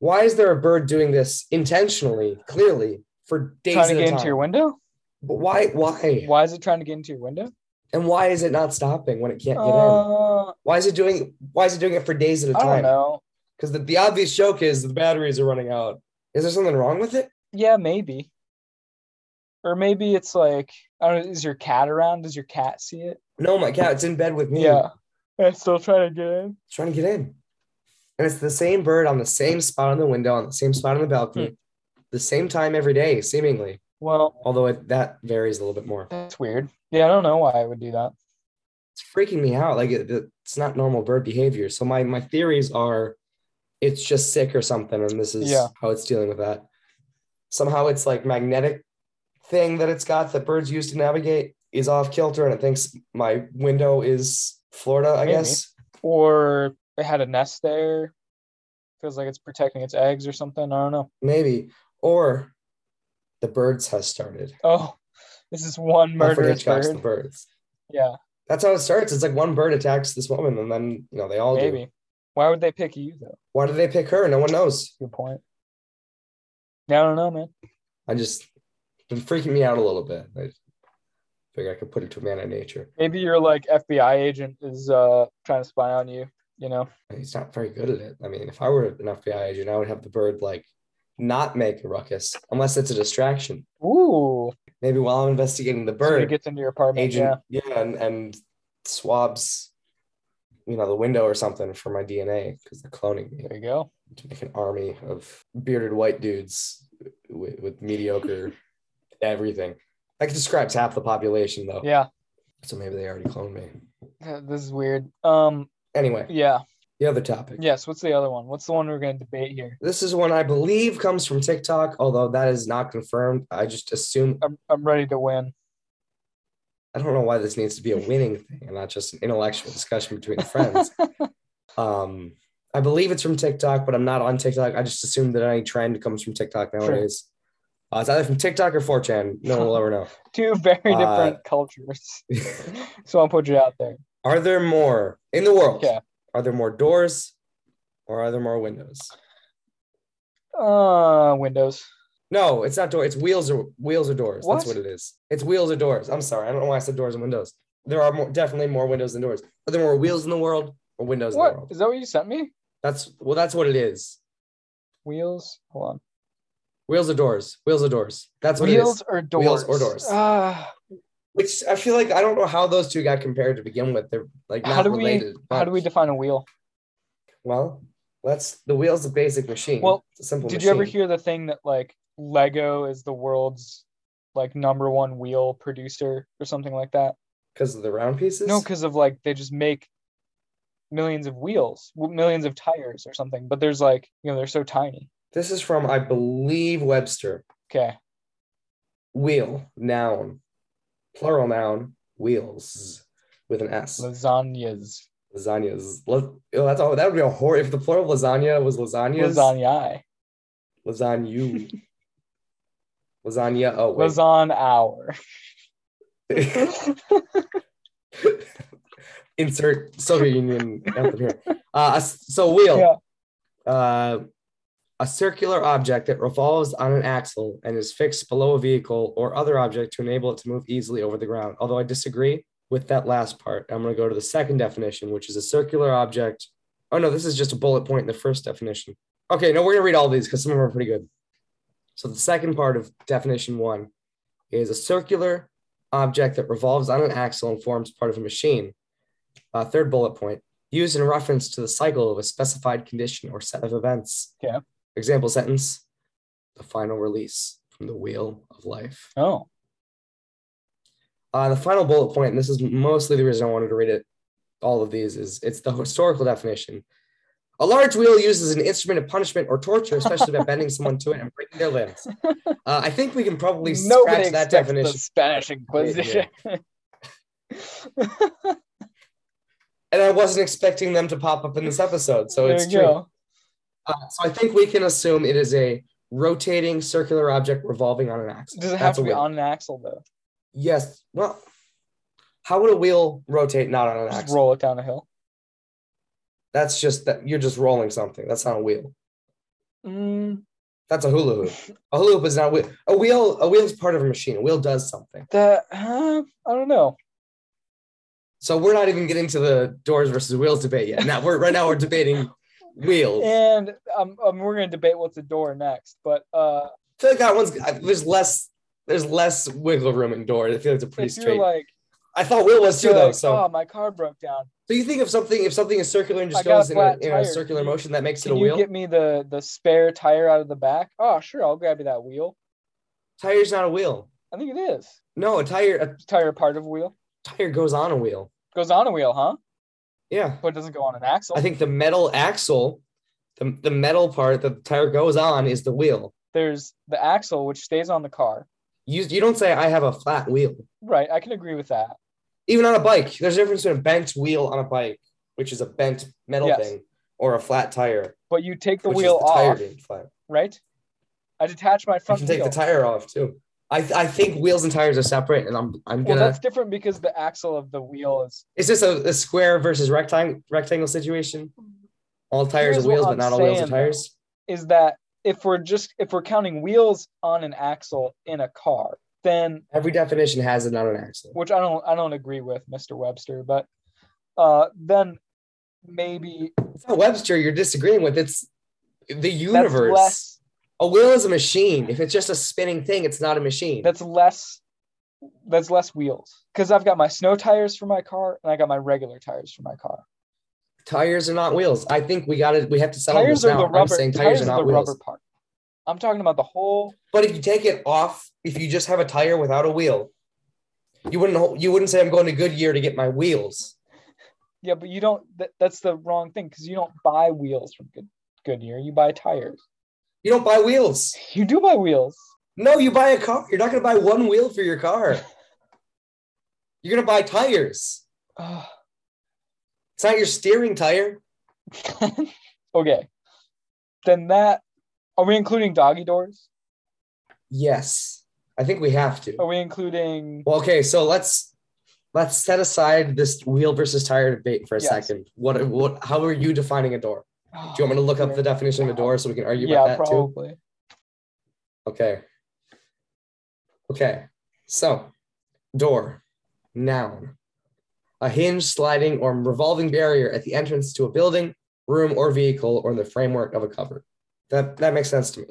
S2: Why is there a bird doing this intentionally, clearly, for days
S1: Trying to
S2: at a
S1: get into
S2: time?
S1: your window?
S2: But why? Why?
S1: Why is it trying to get into your window?
S2: And why is it not stopping when it can't get in?
S1: Uh,
S2: Why is it doing? Why is it doing it for days at a
S1: I don't
S2: time?
S1: know.
S2: Because the, the obvious joke is the batteries are running out. Is there something wrong with it?
S1: Yeah, maybe. Or maybe it's like, I don't know, is your cat around? Does your cat see it?
S2: No, my cat. It's in bed with me.
S1: Yeah. And it's still trying to get in.
S2: It's trying to get in. And it's the same bird on the same spot on the window, on the same spot on the
S1: Hmm.
S2: balcony, the same time every day, seemingly.
S1: Well,
S2: Although it, that varies a little bit more.
S1: that's weird. Yeah, I don't know why I would do that.
S2: it's freaking me out. Like it, it's not normal bird behavior. So my my theories are, it's just sick or something, and this is
S1: Yeah.
S2: how it's dealing with that. Somehow it's like magnetic thing that it's got that birds use to navigate is off kilter, and it thinks my window is Florida. I
S1: Maybe.
S2: guess
S1: Or it had a nest there. Feels like it's protecting its eggs or something. I don't know.
S2: maybe or the birds has started.
S1: Oh, this is one
S2: Alfred
S1: murderous
S2: Hitchcock's The
S1: bird.
S2: birds.
S1: Yeah,
S2: That's how it starts. It's like one bird attacks this woman, and then you know they all do.
S1: maybe. Why would they pick you though?
S2: Why did they pick her? No one knows.
S1: Good point. Yeah, I don't know, man.
S2: I just been freaking me out a little bit. I figure I could put it to a man of nature.
S1: Maybe your like FBI agent is uh trying to spy on you. You know,
S2: He's not very good at it. I mean, if I were an FBI agent, I would have the bird like not make a ruckus unless it's a distraction.
S1: ooh,
S2: Maybe while I'm investigating the
S1: somebody
S2: bird,
S1: gets into your apartment.
S2: agent, yeah, and, and swabs, you know, the window or something for my DNA because they're cloning me
S1: Yeah, there you go.
S2: to make an army of bearded white dudes with, with mediocre everything. That describes half the population though.
S1: Yeah,
S2: So maybe they already cloned me.
S1: th- this is weird. Um,
S2: Anyway.
S1: yeah,
S2: The other topic.
S1: yes. What's the other one? What's the one we're gonna debate here?
S2: This is one I believe comes from TikTok, although that is not confirmed. I just assume
S1: I'm I'm ready to win.
S2: I don't know why this needs to be a winning thing and not just an intellectual discussion between friends. um, I believe it's from TikTok, but I'm not on TikTok. I just assume that any trend comes from TikTok nowadays. Uh, it's either from TikTok or 4chan. No one will ever know.
S1: Two very
S2: Uh,
S1: different cultures. so I'll put you out there.
S2: Are there more in the world?
S1: Okay.
S2: Are there more doors or are there more windows?
S1: Uh, Windows.
S2: No, it's not door. It's wheels or wheels or doors. That's
S1: What?
S2: what it is. It's wheels or doors. I'm sorry. I don't know why I said doors and windows. There are more, definitely more windows than doors. Are there more wheels in the world or windows in the
S1: What
S2: world?
S1: is that? What you sent me?
S2: That's well. That's what it is.
S1: Wheels. Hold on.
S2: Wheels or doors. Wheels or doors. That's what
S1: Wheels
S2: it is.
S1: or doors.
S2: Wheels or doors.
S1: Ah,
S2: Which I feel like I don't know how those two got compared to begin with. They're like
S1: How
S2: not
S1: do we-
S2: related.
S1: how do we define a wheel?
S2: Well, that's the wheel's a basic machine.
S1: Well,
S2: it's a simple.
S1: Did you ever
S2: machine.
S1: hear the thing that like Lego is the world's like number one wheel producer or something like that?
S2: because of the round pieces.
S1: No, because of like they just make millions of wheels, w- millions of tires or something. But there's like you know they're so tiny.
S2: this is from I believe Webster.
S1: Okay,
S2: Wheel noun, plural noun wheels with an s.
S1: lasagnas,
S2: Lasagnas. La- oh, that's all. That would be a horror. If the plural of lasagna was lasagnas,
S1: lasagnae,
S2: lasagna. lasagna. Oh wait.
S1: lasagne hour.
S2: Insert Soviet Union anthem here. Uh, a s- so wheel.
S1: Yeah.
S2: Uh, a circular object that revolves on an axle and is fixed below a vehicle or other object to enable it to move easily over the ground. Although I disagree with that last part, I'm going to go to the second definition, which is a circular object. Oh, no, this is just a bullet point in the first definition. Okay, no, we're going to read all these because some of them are pretty good. So the second part of definition one is a circular object that revolves on an axle and forms part of a machine. Uh, third bullet point used in reference to the cycle of a specified condition or set of events.
S1: Yeah.
S2: Example sentence the final release from the wheel of life.
S1: Oh,
S2: Uh, the final bullet point, and this is mostly the reason I wanted to read it, all of these, is it's the historical definition. A large wheel used as an instrument of punishment or torture, especially by bending someone to it and breaking their limbs. Uh, I think we can probably
S1: nobody
S2: scratch
S1: expects
S2: that definition.
S1: the Spanish Inquisition.
S2: And I wasn't expecting them to pop up in this episode, so
S1: there
S2: it's
S1: you
S2: true.
S1: go.
S2: Uh, so I think we can assume it is a rotating circular object revolving on an axis.
S1: Does it have
S2: That's
S1: to
S2: a
S1: be
S2: wheel.
S1: on an axle though?
S2: Yes. Well, how would a wheel rotate not on an
S1: Just
S2: axis?
S1: roll it down a hill.
S2: That's just that you're just rolling something. That's not a wheel.
S1: Mm,
S2: That's a hula hoop. A hula hoop is not a wheel. A wheel. A wheel is part of a machine. A wheel does something.
S1: that huh? I don't know.
S2: So we're not even getting to the doors versus wheels debate yet. Now we're right now we're debating wheels.
S1: And um, um, we're gonna debate what's a door next, but uh,
S2: I feel like that one's I- there's less there's less wiggle room in doors. I feel like it's a pretty
S1: if you're
S2: straight.
S1: like,
S2: I thought wheel was
S1: if
S2: too
S1: you're
S2: though.
S1: like,
S2: So
S1: oh, my car broke down.
S2: So you think if something if something is circular and
S1: I
S2: just
S1: got a
S2: goes in a,
S1: flat
S2: in
S1: tire.
S2: a circular motion that makes it a
S1: Can you
S2: wheel?
S1: get me the the spare tire out of the back? Oh, sure, I'll grab you that wheel.
S2: Tire's not a wheel.
S1: I think it is
S2: No, a tire a
S1: tire part of a wheel.
S2: tire goes on a wheel.
S1: Goes on a wheel, huh?
S2: Yeah.
S1: But it doesn't go on an axle.
S2: I think the metal axle, the, the metal part that the tire goes on is the wheel.
S1: There's the axle which stays on the car.
S2: You you don't say I have a flat wheel.
S1: Right, I can agree with that.
S2: Even on a bike, there's a difference between a bent wheel on a bike, which is a bent metal
S1: Yes.
S2: thing, or a flat tire,
S1: But you take the
S2: which
S1: wheel
S2: is the tire
S1: off,
S2: being flat.
S1: right? I detach my
S2: You
S1: front
S2: can
S1: wheel.
S2: take the tire off too. I, I think wheels and tires are separate, and I'm I'm
S1: well,
S2: gonna.
S1: that's different because the axle of the wheel is
S2: Is this a, a square versus rectangle rectangle situation? All tires
S1: Here's
S2: are wheels,
S1: what
S2: but
S1: I'm
S2: not all wheels are
S1: saying, though.
S2: tires.
S1: is that if we're just if we're counting wheels on an axle in a car, then
S2: Every definition has it, not an axle.
S1: which I don't I don't agree with, Mr. Webster, but uh, then maybe
S2: It's not Webster you're disagreeing with. It's the
S1: that's
S2: universe.
S1: less
S2: A wheel is a machine. If it's just a spinning thing, it's not a machine.
S1: that's less that's less wheels because I've got my snow tires for my car and I got my regular tires for my car.
S2: tires are not wheels. I think we got to we have to settle
S1: Tires
S2: this
S1: are
S2: now.
S1: the
S2: I'm
S1: rubber.
S2: saying
S1: Tires,
S2: tires, are
S1: are
S2: not
S1: the
S2: wheels.
S1: rubber part. I'm talking about the whole.
S2: But if you take it off, if you just have a tire without a wheel, you wouldn't ho- you wouldn't say I'm going to Goodyear to get my wheels.
S1: Yeah, but you don't. That, that's the wrong thing because you don't buy wheels from Good Goodyear. You buy tires.
S2: You don't buy wheels.
S1: You do buy wheels.
S2: No, you buy a car. You're not going to buy one wheel for your car. You're going to buy tires.
S1: Ugh.
S2: It's not your steering tire.
S1: okay. Then that are we including doggy doors?
S2: Yes. I think we have to.
S1: Are we including
S2: Well, okay, so let's let's set aside this wheel versus tire debate for a
S1: Yes.
S2: second. What what how are you defining a door? Do you want me to look up the definition of a door so we can argue
S1: Yeah,
S2: about that too?
S1: probably.
S2: Okay. Okay. So, door, noun, a hinge, sliding, or revolving barrier at the entrance to a building, room, or vehicle, or in the framework of a cupboard. That that makes sense to me.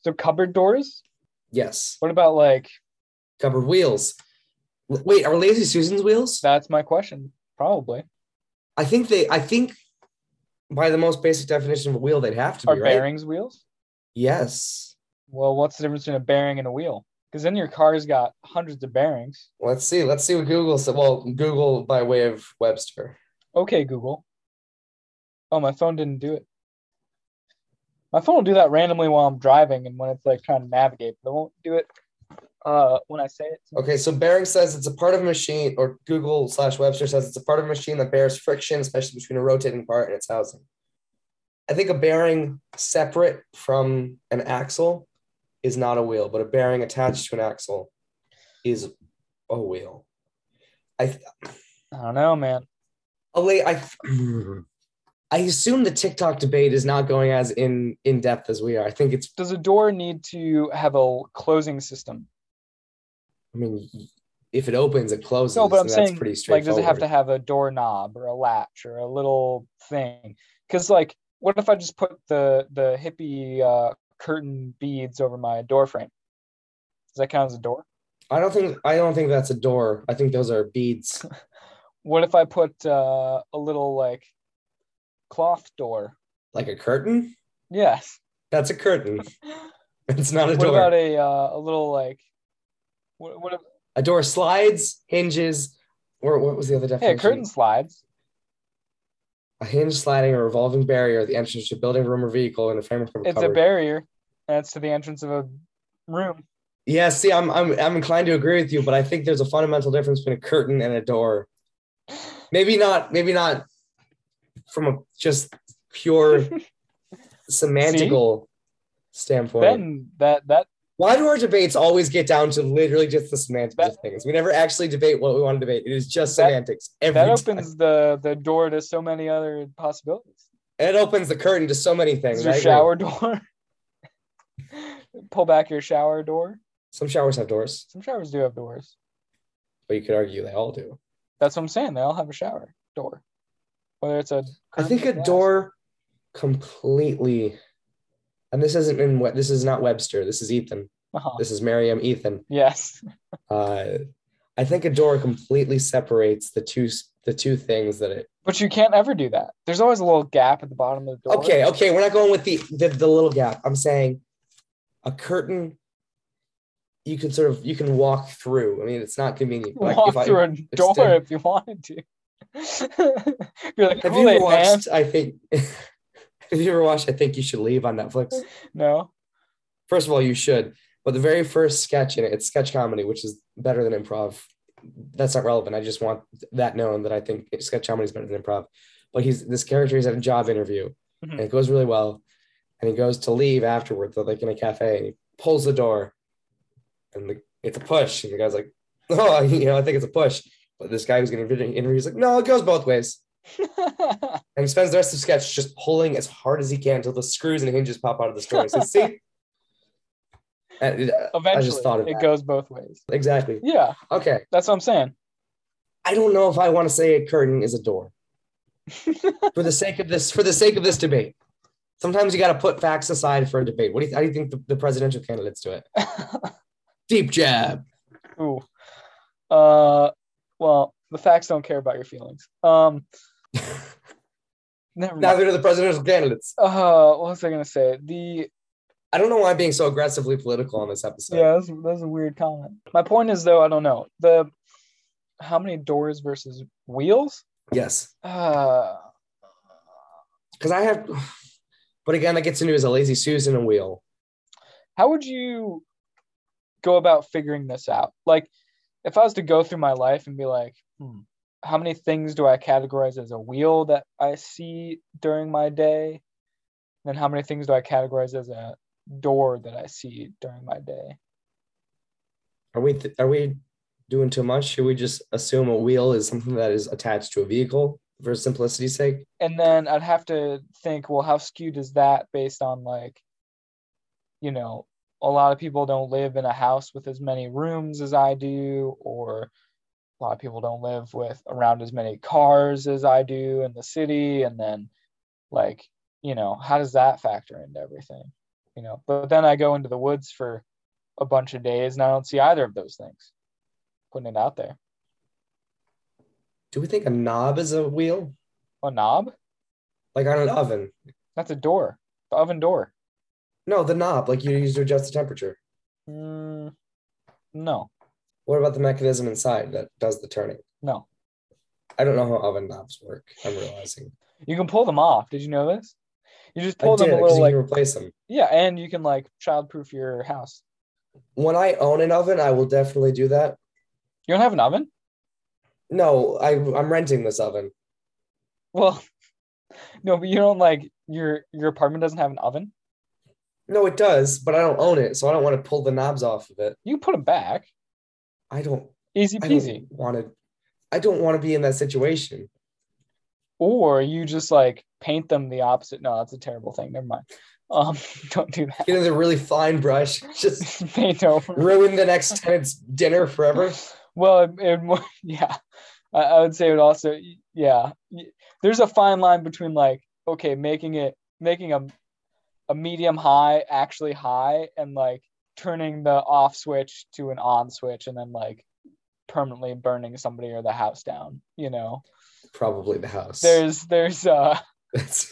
S1: So cupboard doors?
S2: Yes.
S1: What about like
S2: Cupboard wheels. L- Wait, are Lazy Susan's wheels?
S1: that's my question. Probably.
S2: I think they. I think by the most basic definition of a wheel, they'd have to
S1: Are
S2: be right.
S1: bearings wheels?
S2: Yes.
S1: Well, what's the difference between a bearing and a wheel? because then your car's got hundreds of bearings.
S2: Let's see. Let's see what Google said. Well, Google by way of Webster.
S1: Okay, Google. Oh, my phone didn't do it. My phone will do that randomly while I'm driving and when it's like trying to navigate. But it won't do it uh, when I say it.
S2: Okay, so bearing says it's a part of a machine, or Google slash Webster says it's a part of a machine that bears friction, especially between a rotating part and its housing. I think a bearing separate from an axle is not a wheel, but a bearing attached to an axle is a wheel. I th-
S1: I don't know, man.
S2: I'll lay- Oh, I th- I assume the TikTok debate is not going as in in depth as we are. I think it's
S1: Does a door need to have a closing system?
S2: I mean, if it opens, it closes.
S1: No, but I'm
S2: and
S1: saying
S2: that's pretty
S1: like
S2: straightforward.
S1: does it have to have a doorknob or a latch or a little thing because like what if i just put the the hippie uh, curtain beads over my door frame does that count as a door
S2: I don't think I don't think that's a door. I think those are beads.
S1: what if i put uh, a little like cloth door
S2: Like a curtain?
S1: yes
S2: That's a curtain. It's not a
S1: what
S2: door.
S1: about a uh, a little like what, what if,
S2: a door slides, hinges, or what was the other
S1: hey
S2: definition?
S1: a curtain slides
S2: A hinge sliding or revolving barrier at the entrance to a building, room, or vehicle in a framework of
S1: it's
S2: a
S1: a
S2: cupboard.
S1: barrier and it's to the entrance of a room
S2: yeah, see, I'm, I'm I'm inclined to agree with you, but I think there's a fundamental difference between a curtain and a door. Maybe not, maybe not from a just pure semantical standpoint.
S1: then that that
S2: Why do our debates always get down to literally just the semantics
S1: That-
S2: of things? We never actually debate what we want to debate. It is just
S1: That-
S2: semantics every
S1: that
S2: time.
S1: opens the the door to so many other possibilities.
S2: And it opens the curtain to so many things.
S1: Is your
S2: I agree.
S1: shower door? Pull back your shower door.
S2: Some showers have doors,
S1: Some showers do have doors.
S2: but you could argue they all do.
S1: That's what I'm saying. They all have a shower door. Whether it's a
S2: I think
S1: curtain or
S2: a
S1: glass.
S2: door completely, and this isn't in what this is not Webster. This is Ethan.
S1: Uh-huh.
S2: This is Merriam Ethan.
S1: Yes.
S2: Uh, I think a door completely separates the two s- the two things that it.
S1: But you can't ever do that. There's always a little gap at the bottom of the door.
S2: Okay, okay, we're not going with the the, the little gap. I'm saying a curtain. You can sort of you can walk through. I mean, it's not convenient. but
S1: Walk
S2: if I-
S1: through a door
S2: extend-
S1: if you wanted to. You're like,
S2: have you
S1: Kool-Aid
S2: ever
S1: man.
S2: watched? I think. have you ever watched? I think you should leave on Netflix.
S1: No.
S2: first of all, you should. But the very first sketch in it, it's sketch comedy, which is better than improv. That's not relevant. I just want that known that I think sketch comedy is better than improv. But he's this character is at a job interview, and it goes really well. And he goes to leave afterwards, they're like in a cafe, and he pulls the door, and the, it's a push. And the guy's like, "Oh, you know, I think it's a push." But this guy who's going to interview is like, "No, it goes both ways." And he spends the rest of the sketch just pulling as hard as he can until the screws and hinges pop out of the door. He says, "See." And, uh,
S1: Eventually,
S2: thought of
S1: it
S2: that.
S1: goes both ways.
S2: exactly.
S1: Yeah,
S2: Okay.
S1: that's what I'm saying.
S2: I don't know if I want to say a curtain is a door. for the sake of this, for the sake of this debate, sometimes you got to put facts aside for a debate. What do you, how do you think the, the presidential candidates do it? Deep jab.
S1: Ooh. Uh, well, the facts don't care about your feelings. Um, never mind.
S2: Neither do the presidential candidates.
S1: Uh, what was I gonna say? The
S2: I don't know why I'm being so aggressively political on this episode.
S1: yeah, that's, that's a weird comment. My point is though, I don't know the how many doors versus wheels.
S2: Yes,
S1: Uh,
S2: because I have. But again, that gets into is a lazy Susan and wheel.
S1: how would you go about figuring this out? Like, if I was to go through my life and be like, hmm, how many things do I categorize as a wheel that I see during my day? Then how many things do I categorize as a door that I see during my day?
S2: Are we th- are we doing too much? Should we just assume a wheel is something that is attached to a vehicle for simplicity's sake?
S1: And then I'd have to think, well, how skewed is that based on like, you know, a lot of people don't live in a house with as many rooms as I do, or a lot of people don't live with around as many cars as I do in the city. And then, like, you know, how does that factor into everything? You know, but then I go into the woods for a bunch of days and I don't see either of those things. Putting it out there.
S2: Do we think a knob is a wheel?
S1: A knob?
S2: Like on an oven?
S1: That's a door, the oven door.
S2: No, the knob, like you use to adjust the temperature.
S1: Mm, No,
S2: What about the mechanism inside that does the turning?
S1: no.
S2: I don't know how oven knobs work. I'm realizing.
S1: You can pull them off. Did you know this? You just pull
S2: I
S1: them
S2: did
S1: a
S2: because
S1: little
S2: you
S1: like
S2: can replace them.
S1: yeah, and you can like childproof your house.
S2: When I own an oven, I will definitely do that.
S1: You don't have an oven?
S2: No, I I'm renting this oven.
S1: Well, no, but you don't like your your apartment doesn't have an oven.
S2: No, it does, but I don't own it, so I don't want to pull the knobs off of it.
S1: You can put them back.
S2: I don't.
S1: Easy
S2: I
S1: peasy.
S2: don't want to. I don't want to be in that situation.
S1: Or you just like paint them the opposite. No, that's a terrible thing. Never mind. Um, don't do that.
S2: Get another really fine brush, just
S1: paint over.
S2: ruin the next tenant's dinner forever.
S1: Well, it, it, would- yeah, I, I would say it would also, yeah. Y- There's a fine line between like, okay, making it, making a, a medium high actually high, and like turning the off switch to an on switch, and then like permanently burning somebody or the house down. You know,
S2: Probably the house.
S1: there's there's uh
S2: That's-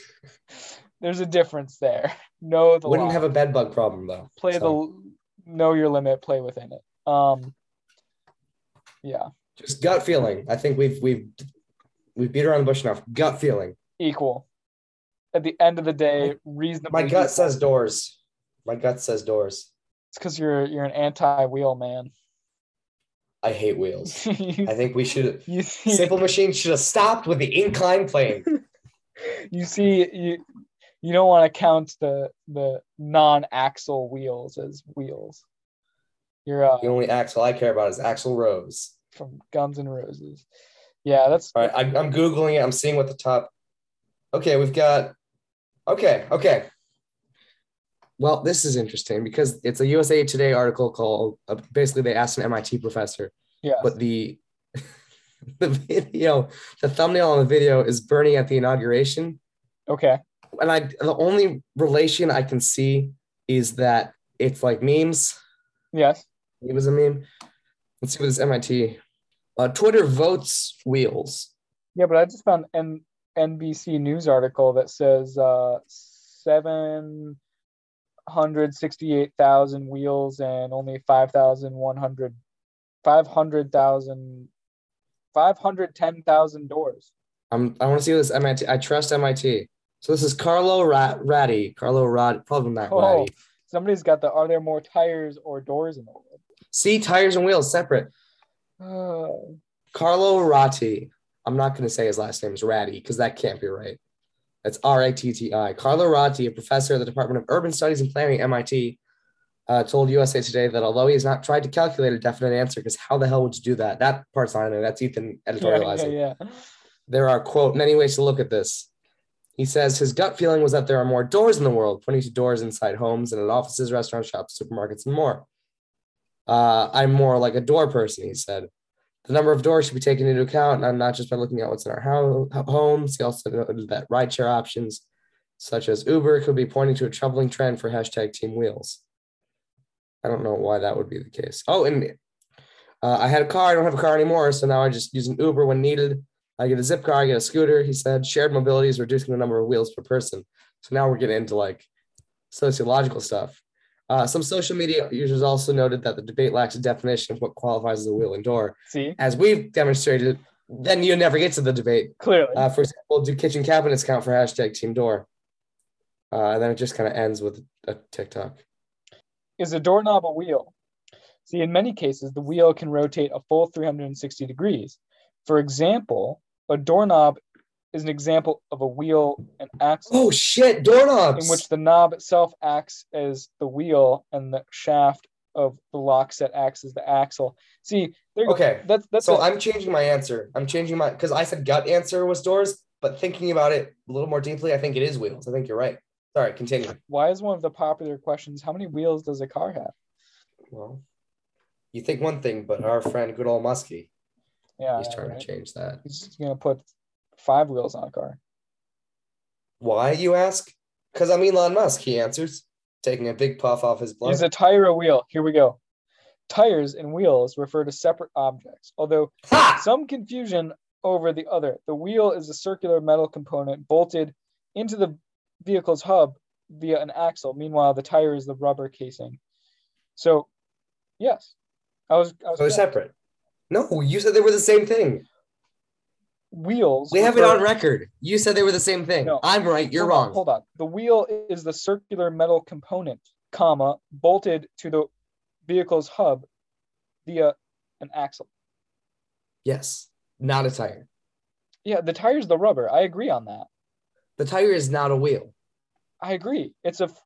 S1: there's a difference there. Know the
S2: wouldn't
S1: law.
S2: have a bed bug problem though.
S1: play
S2: so
S1: the know your limit, play within it. Um, yeah,
S2: just gut feeling. I think we've we've we've beat around the bush enough. Gut feeling.
S1: equal. At the end of the day, reasonably.
S2: My gut
S1: equal.
S2: says doors. My gut says doors.
S1: It's because you're you're an anti-wheel man.
S2: I hate wheels.
S1: you,
S2: I think we should.
S1: you see,
S2: Simple Machine should have stopped with the incline plane.
S1: you see, you you don't want to count the the non-axle wheels as wheels. You're uh,
S2: The only axle I care about is Axel Rose.
S1: from Guns and Roses. Yeah, that's
S2: All right, I, I'm googling it. I'm seeing what the top. Okay, we've got. Okay, okay. Well, this is interesting because it's a USA Today article called. Uh, basically, they asked an MIT professor,
S1: yeah.
S2: but the the video, the thumbnail on the video is Bernie at the inauguration,
S1: Okay,
S2: and I the only relation I can see is that it's like memes.
S1: yes.
S2: It was a meme. Let's see what this MIT. Uh, Twitter votes wheels.
S1: Yeah, but I just found an NBC news article that says uh, 768,000 wheels and only 5,100, 500,000, 510,000 doors.
S2: I'm, I want to see this MIT. I trust MIT. So this is Carlo Ra- Ratti. Carlo Ratti, probably not
S1: Oh.
S2: Ratti.
S1: Somebody's got the are there more tires or doors in the world?
S2: See, tires and wheels separate.
S1: Uh,
S2: Carlo Ratti. I'm not going to say his last name is Ratti because that can't be right. That's R A T T I. Carlo Ratti, a professor at the Department of Urban Studies and Planning at MIT, uh, told USA Today that although he has not tried to calculate a definite answer, because how the hell would you do that? That part's not in there. That's Ethan editorializing.
S1: yeah, yeah, yeah.
S2: There are, quote, many ways to look at this. He says his gut feeling was that there are more doors in the world, pointing to doors inside homes and at offices, restaurants, shops, supermarkets, and more. Uh, I'm more like a door person, he said. The number of doors should be taken into account, and not just by looking at what's in our ho- homes. He also noted that rideshare options, such as Uber, could be pointing to a troubling trend for hashtag Team Wheels. I don't know why that would be the case. Oh, and uh, I had a car. I don't have a car anymore, so now I just use an Uber when needed. I get a zip car, I get a scooter. He said shared mobility is reducing the number of wheels per person. So now we're getting into like sociological stuff. Uh, some social media users also noted that the debate lacks a definition of what qualifies as a wheel and door.
S1: See,
S2: As we've demonstrated, then you never get to the debate.
S1: clearly.
S2: Uh, for example, do kitchen cabinets count for hashtag team door? Uh, and then it just kind of ends with a TikTok.
S1: is a doorknob a wheel? See, in many cases, the wheel can rotate a full 360 degrees. For example, a doorknob is an example of a wheel and axle
S2: Oh shit, doorknobs!
S1: in which the knob itself acts as the wheel and the shaft of the lock set acts as the axle. See, there you
S2: okay,
S1: go. That's that's
S2: so
S1: a-
S2: i I'm changing my answer. I'm changing my because I said gut answer was doors, but thinking about it a little more deeply, I think it is wheels. I think you're right. Sorry, continue.
S1: why is one of the popular questions how many wheels does a car have?
S2: Well, you think one thing, but our friend good old Muskie,
S1: Yeah,
S2: he's
S1: yeah,
S2: trying
S1: Uh, right.
S2: to change that.
S1: he's just gonna put five wheels on a car.
S2: Why you ask? Because I'm Elon Musk. He answers, taking a big puff off his blunt.
S1: Is a tire a wheel? Here we go. Tires and wheels refer to separate objects, although
S2: ha!
S1: some confusion over the other. The wheel is a circular metal component bolted into the vehicle's hub via an axle. Meanwhile, the tire is the rubber casing. So, yes, I was, I was
S2: They're
S1: correct.
S2: separate. No, you said they were the same thing.
S1: wheels.
S2: We have it
S1: refer-
S2: on record. You said they were the same thing.
S1: No.
S2: I'm right. You're
S1: hold on,
S2: wrong.
S1: hold on. The wheel is the circular metal component, comma, bolted to the vehicle's hub via an axle.
S2: Yes, not a tire.
S1: Yeah, the tire's the rubber. I agree on that.
S2: The tire is not a wheel.
S1: I agree. It's a f-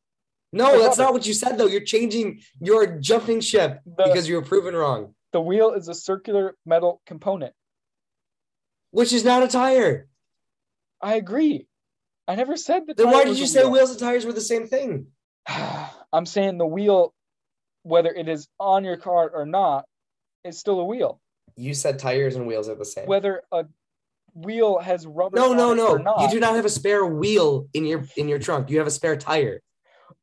S2: No,
S1: The
S2: that's
S1: rubber.
S2: not what you said though. You're changing. You're jumping ship
S1: The-
S2: because you were proven wrong,
S1: the wheel is a circular metal component.
S2: which is not a tire.
S1: I agree. I never said that.
S2: Then why did you say wheels and tires were the same thing?
S1: I'm saying the wheel, whether it is on your car or not, is still a wheel.
S2: You said tires and wheels are the same.
S1: Whether a wheel has rubber
S2: no,
S1: on
S2: no,
S1: it
S2: no.
S1: or not,
S2: You do not have a spare wheel in your in your trunk. You have a spare tire.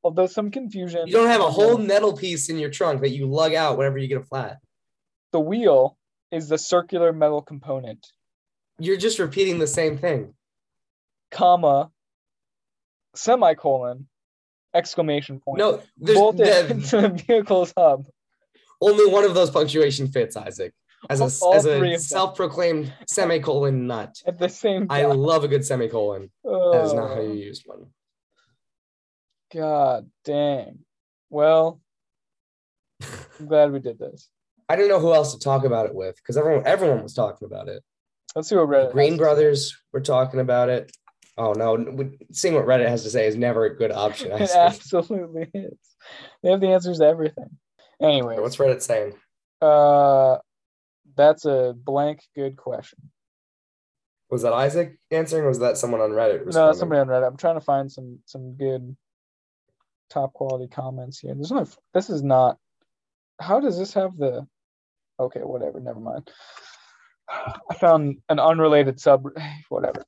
S1: although some confusion.
S2: You don't have a
S1: among
S2: whole metal piece in your trunk that you lug out whenever you get a flat.
S1: the wheel is the circular metal component,
S2: You're just repeating the same thing.
S1: comma, semicolon, exclamation point.
S2: No, there's
S1: bolted
S2: the-
S1: into the vehicle's hub.
S2: only one of those punctuation fits, Isaac. As a
S1: All
S2: as
S1: three
S2: a
S1: of them.
S2: self-proclaimed semicolon nut.
S1: At the same
S2: I
S1: time. Oh,
S2: love a good semicolon. That is not how you use one.
S1: God dang. Well, I'm glad we did this.
S2: I don't know who else to talk about it with because everyone everyone was talking about it.
S1: Let's see what Reddit.
S2: Green
S1: has.
S2: Brothers were talking about it. Oh no, we- seeing what Reddit has to say is never a good option. I
S1: It
S2: see.
S1: absolutely is. They have the answers to everything. Anyway,
S2: What's Reddit saying?
S1: uh, that's a blank good question.
S2: Was that Isaac answering? Or was that someone on Reddit?
S1: No,
S2: responding?
S1: somebody on Reddit. I'm trying to find some some good top quality comments here. There's no this is not how does this have the okay, whatever, never mind. I found an unrelated sub whatever.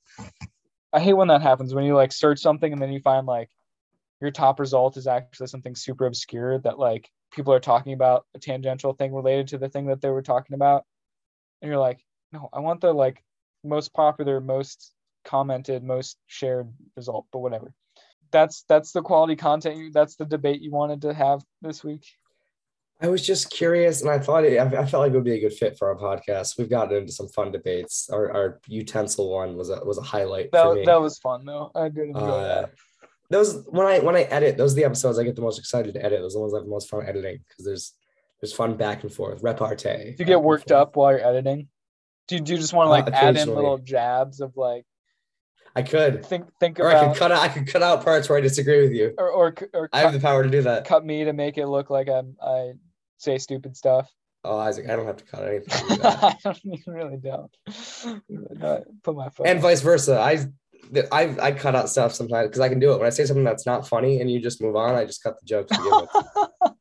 S1: I hate when that happens when you like search something and then you find like your top result is actually something super obscure that like people are talking about a tangential thing related to the thing that they were talking about. And you're like, no, I want the like most popular, most commented most shared result but whatever that's that's the quality content you that's the debate you wanted to have this week
S2: I was just curious, and I thought it, I I felt like it would be a good fit for our podcast. We've gotten into some fun debates. Our, our utensil one was a, was a highlight
S1: that,
S2: for
S1: wa-
S2: me.
S1: that was fun though i did enjoy
S2: Uh,
S1: that
S2: those when I when I edit, those are the episodes I get the most excited to edit. Those are the ones I have the most fun editing because there's there's fun back and forth, repartee.
S1: do you
S2: back
S1: get
S2: and
S1: worked
S2: forth.
S1: up while you're editing do you, do you just want to like
S2: Uh,
S1: add in
S2: occasionally.
S1: little jabs of like
S2: I could,
S1: think think
S2: or I
S1: about
S2: could cut out. I could cut out parts where I disagree with you.
S1: or or, c- or
S2: I have
S1: cut,
S2: the power to do that.
S1: cut me to make it look like i'm i say stupid stuff
S2: Oh, Isaac, I don't have to cut anything. to do that.
S1: i don't you really don't Really don't. put my phone
S2: and vice versa. I th- I I cut out stuff sometimes because I can do it. When I say something that's not funny and you just move on, I just cut the jokes. to begin with.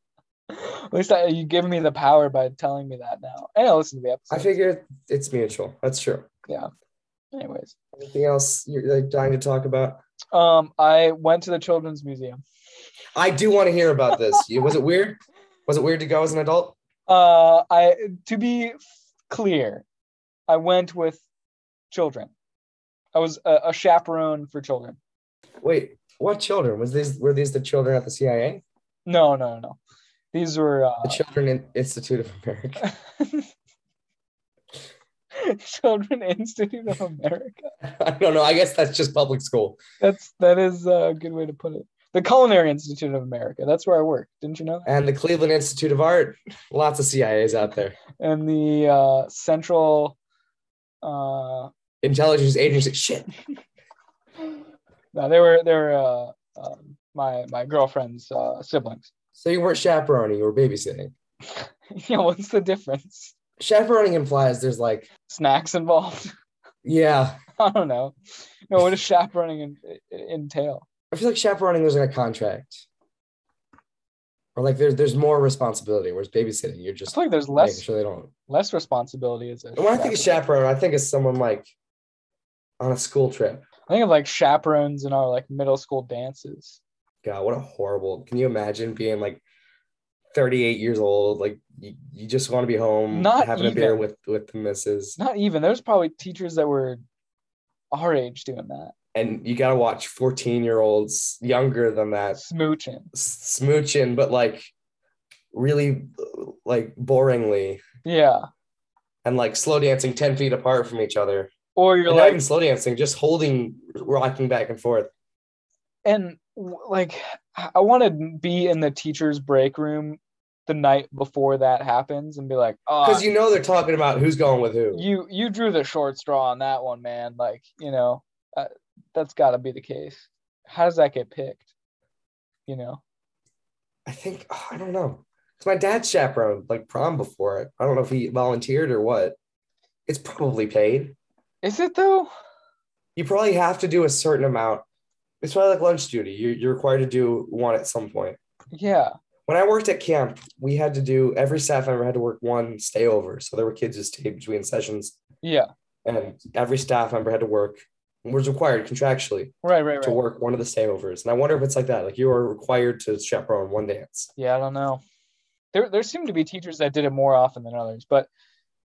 S1: At least I, you give me the power by telling me that now. And I listen to the episode.
S2: I figure it's mutual. That's true.
S1: Anyways,
S2: Anything else you're like dying to talk about?
S1: um, I went to the Children's Museum.
S2: I do want to hear about this. You- Was it weird? Was it weird to go as an adult?
S1: Uh, I to be f- clear, I went with children. I was a, a chaperone for children.
S2: Wait, what children? Was these were these the children at the CIA?
S1: No, no, no, no. These were
S2: The
S1: uh,
S2: Children in- Institute of America.
S1: Children Institute of America.
S2: I don't know. I guess that's just public school.
S1: That's that is a good way to put it. The Culinary Institute of America. That's where I work. Didn't you know? that?
S2: And the Cleveland Institute of Art. Lots of CIAs out there.
S1: and the uh, central uh
S2: Intelligence agency. Shit.
S1: no, they were they were uh, um my my girlfriend's uh, siblings
S2: So you weren't chaperoning, you were babysitting.
S1: yeah what's the difference
S2: chaperoning implies there's like
S1: snacks involved
S2: yeah
S1: i don't know no what does chaperoning in, entail
S2: i feel like chaperoning there's like a contract or like there's there's more responsibility whereas babysitting you're
S1: i
S2: just
S1: feel like there's
S2: making
S1: less
S2: sure they don't
S1: less responsibility as a
S2: And when i think of chaperone i think of someone like on a school trip
S1: i think of like chaperones in our like middle school dances
S2: god what a horrible can you imagine being like 38 years old like you, you just want to be home
S1: Not
S2: having a beer
S1: even.
S2: with with the missus
S1: not even there's probably teachers that were our age doing that
S2: and you got to watch 14 year olds younger than that
S1: smooching
S2: s- smooching but like really like boringly
S1: yeah.
S2: and like slow dancing 10 feet apart from each other.
S1: Or you're
S2: And not
S1: like,
S2: even slow dancing, just holding, rocking back and forth.
S1: and w- like I want to be in the teacher's break room the night before that happens and be like, oh,
S2: Because you know they're talking about who's going with who.
S1: you you drew the short straw on that one, man. Like you know, uh, that's got to be the case. How does that get picked? You know,
S2: I think, oh, I don't know. 'Cause my dad chaperoned like prom before it. I don't know if he volunteered or what. It's probably paid.
S1: is it though?
S2: You probably have to do a certain amount. It's probably like lunch duty. You're, you're required to do one at some point.
S1: Yeah,
S2: When I worked at camp, we had to do every staff member had to work one stayover. So there were kids who stayed between sessions,
S1: yeah,
S2: and every staff member had to work was required contractually
S1: right, right,
S2: to
S1: right.
S2: work one of the stayovers. And I wonder if it's like that. Like you are required to chaperone one dance.
S1: Yeah, I don't know. There there seem to be teachers that did it more often than others, but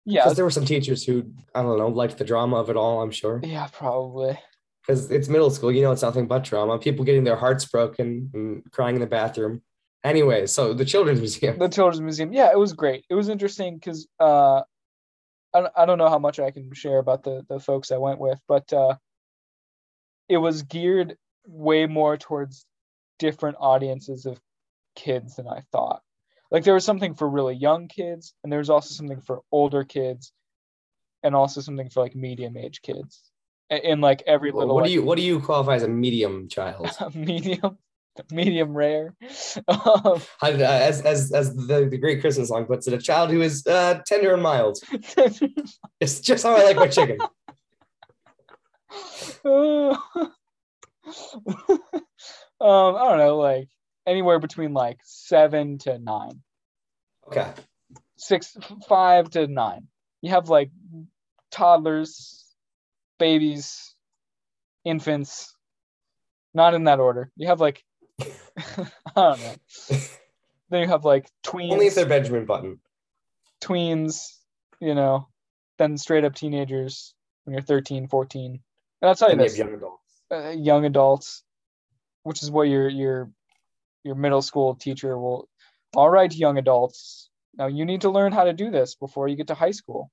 S1: yeah,
S2: Because there were some teachers who I don't know liked the drama of it all. I'm sure.
S1: yeah, probably.
S2: because it's middle school. You know, it's nothing but drama. People getting their hearts broken and crying in the bathroom. Anyway, so the children's museum.
S1: the children's museum yeah it was great it was interesting because uh I, don't- I don't know how much i can share about the the folks i went with but uh it was geared way more towards different audiences of kids than i thought like there was something for really young kids and there was also something for older kids and also something for like medium age kids A- in like every
S2: What
S1: little
S2: what
S1: like,
S2: do you what do you qualify as a medium child?
S1: medium medium rare um,
S2: How did, uh, as as as the, the great Christmas song puts it, a child who is uh, tender and mild. It's just how I like my chicken.
S1: um, I don't know, like anywhere between like seven to nine,
S2: Okay,
S1: six, five to nine. You have like toddlers, babies, infants, not in that order. You have like, I don't know. Then you have like tweens,
S2: only if they're Benjamin Button.
S1: tweens, you know, then straight up teenagers when you're 13, 14. And I'll tell you
S2: And you
S1: this
S2: have young adults.
S1: uh, young adults, which is what your your your middle school teacher will. All right, young adults. Now you need to learn how to do this before you get to high school.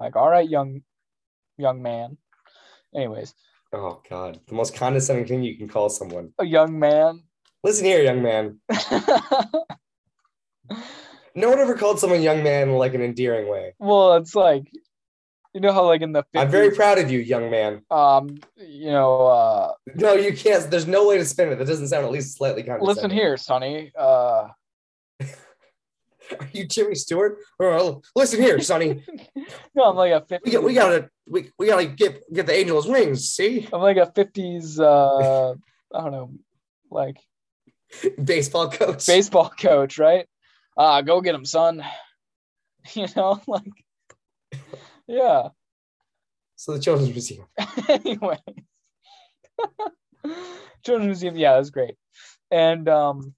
S1: Like, all right, young young man. Anyways,
S2: Oh God, the most condescending thing you can call someone.
S1: a young man.
S2: Listen here, young man. No one ever called someone young man in like an endearing way.
S1: well, it's like you know how like in the 50s,
S2: I'm very proud of you, young man.
S1: um you know uh
S2: No, you can't. There's no way to spin it. That doesn't sound at least slightly condescending.
S1: listen here, Sonny. Uh
S2: Are you Jimmy Stewart? Oh, listen here, Sonny.
S1: no, I'm like a 50s
S2: We got we gotta we, we gotta get get the angel's wings. See,
S1: I'm like a 50s uh I don't know like
S2: baseball coach.
S1: baseball coach, right? Uh, go get him, son. You know, like, yeah.
S2: so the children's museum.
S1: anyway, children's museum, yeah, it was great, and um,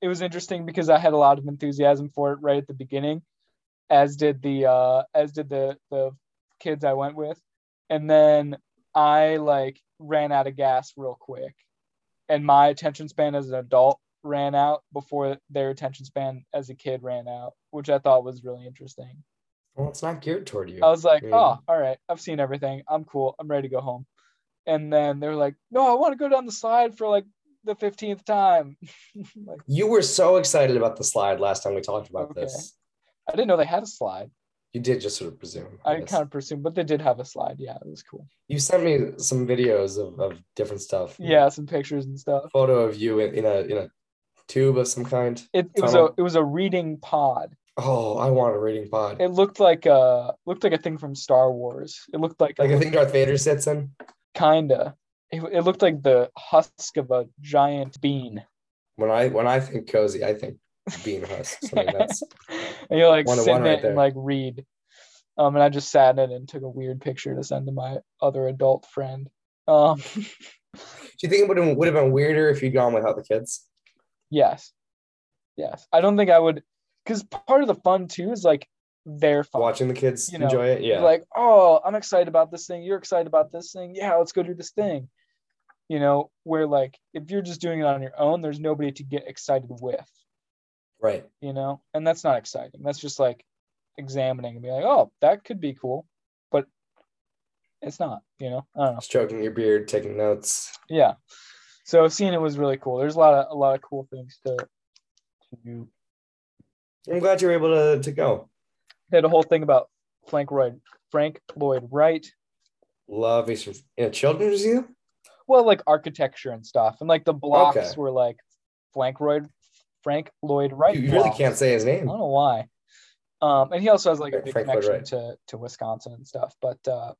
S1: it was interesting because I had a lot of enthusiasm for it right at the beginning, as did the uh, as did the the kids I went with, and then I like ran out of gas real quick, and my attention span as an adult ran out before their attention span as a kid ran out, which I thought was really interesting.
S2: Well, it's not geared toward you.
S1: I was like,
S2: Yeah.
S1: oh, all right, I've seen everything. I'm cool. I'm ready to go home. And then they were like, no, I want to go down the slide for like the 15th time. like,
S2: you were so excited about the slide last time we talked about
S1: Okay.
S2: this.
S1: I didn't know they had a slide.
S2: You did just sort of presume.
S1: I
S2: guess.
S1: kind of presumed, but they did have a slide. Yeah, it was cool.
S2: You sent me some videos of, of different stuff.
S1: Yeah, some pictures and stuff.
S2: Photo of you in, in a in a tube of some kind.
S1: It, it was a
S2: Tunnel.
S1: it was a reading pod.
S2: Oh, I want a reading pod.
S1: It looked like a looked like a thing from Star Wars. It looked like,
S2: like the thing Darth Vader sits in.
S1: kinda. It, it looked like the husk of a giant bean.
S2: When I when I think cozy, I think bean husks. I mean, that's
S1: and you like
S2: One to
S1: sit
S2: one
S1: in
S2: right
S1: it and
S2: there.
S1: like read. Um, and I just sat in it and took a weird picture to send to my other adult friend. Um,
S2: do you think it would have, would have been weirder if you'd gone without the kids?
S1: yes, yes. I don't think I would, because part of the fun too is like their fun.
S2: Watching the kids
S1: You know,
S2: enjoy it, yeah.
S1: You're Like, oh, I'm excited about this thing. You're excited about this thing. Yeah, let's go do this thing. You know, where like if you're just doing it on your own, there's nobody to get excited with.
S2: Right.
S1: you know and that's not exciting that's just like examining and being like oh that could be cool but it's not you know i don't know
S2: Stroking your beard, taking notes.
S1: yeah so seeing it was really cool there's a lot of a lot of cool things to to do
S2: I'm glad you were able to, to go.
S1: they had a whole thing about frank lloyd frank lloyd wright
S2: Love Eastern in a children's museum?
S1: well like architecture and stuff and like the blocks
S2: Okay.
S1: were like frank lloyd frank lloyd wright
S2: You, you really
S1: blocks.
S2: can't say his
S1: I
S2: name.
S1: don't know why. Um, and he also has like a
S2: Frank-
S1: big
S2: Frank Lloyd
S1: connection
S2: Wright.
S1: to, to Wisconsin and stuff. But uh,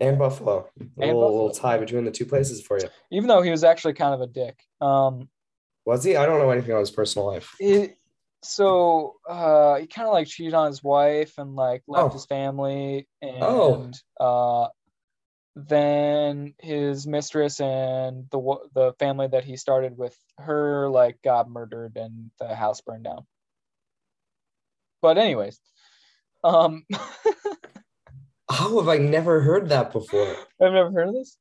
S2: And Buffalo. A little, little
S1: Buffalo.
S2: tie between the two places for you.
S1: even though he was actually kind of a dick, um,
S2: Was he? I don't know anything about his personal life.
S1: it, so uh, he kind of like cheated on his wife and like left
S2: Oh.
S1: his family. And
S2: Oh.
S1: uh, then his mistress and the wo- the family that he started with her like got murdered and the house burned down. But anyways, um,
S2: How have I never heard that before?
S1: I've never heard of this.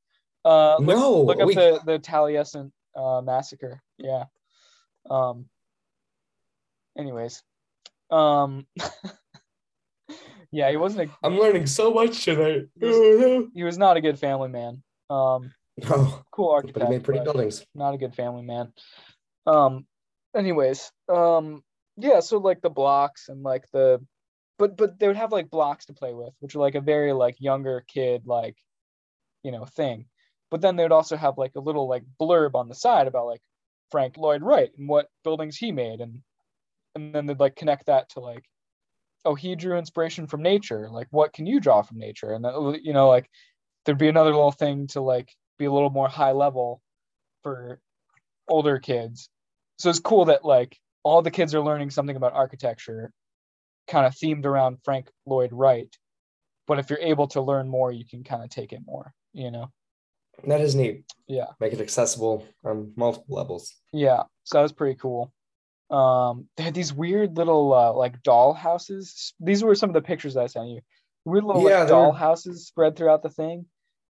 S1: Uh, look,
S2: no.
S1: look up
S2: we-
S1: the the Taliesin uh, massacre. Yeah. Um. Anyways, um. yeah, he wasn't a
S2: I'm learning so much tonight.
S1: He's-
S2: Oh,
S1: he was not a good family man. Um,
S2: no. No,
S1: cool
S2: but he
S1: architect,
S2: made pretty
S1: but
S2: buildings.
S1: not a good family man. Um. Anyways, um. Yeah, so like the blocks and like the, but but they would have like blocks to play with, which are like a very like younger kid like, you know thing. But then they would also have like a little like blurb on the side about like Frank Lloyd Wright and what buildings he made and and then they'd like connect that to like oh he drew inspiration from nature like what can you draw from nature and that, you know like there'd be another little thing to like be a little more high level for older kids so it's cool that like all the kids are learning something about architecture kind of themed around Frank Lloyd Wright but if you're able to learn more you can kind of take it more you know
S2: That is neat.
S1: Yeah.
S2: Make it accessible on multiple levels.
S1: Yeah, so that was pretty cool. Um, they had these weird little uh, like doll houses. These were some of the pictures I sent you. Weird little
S2: Yeah,
S1: like,
S2: they
S1: doll
S2: were-
S1: houses spread throughout the thing,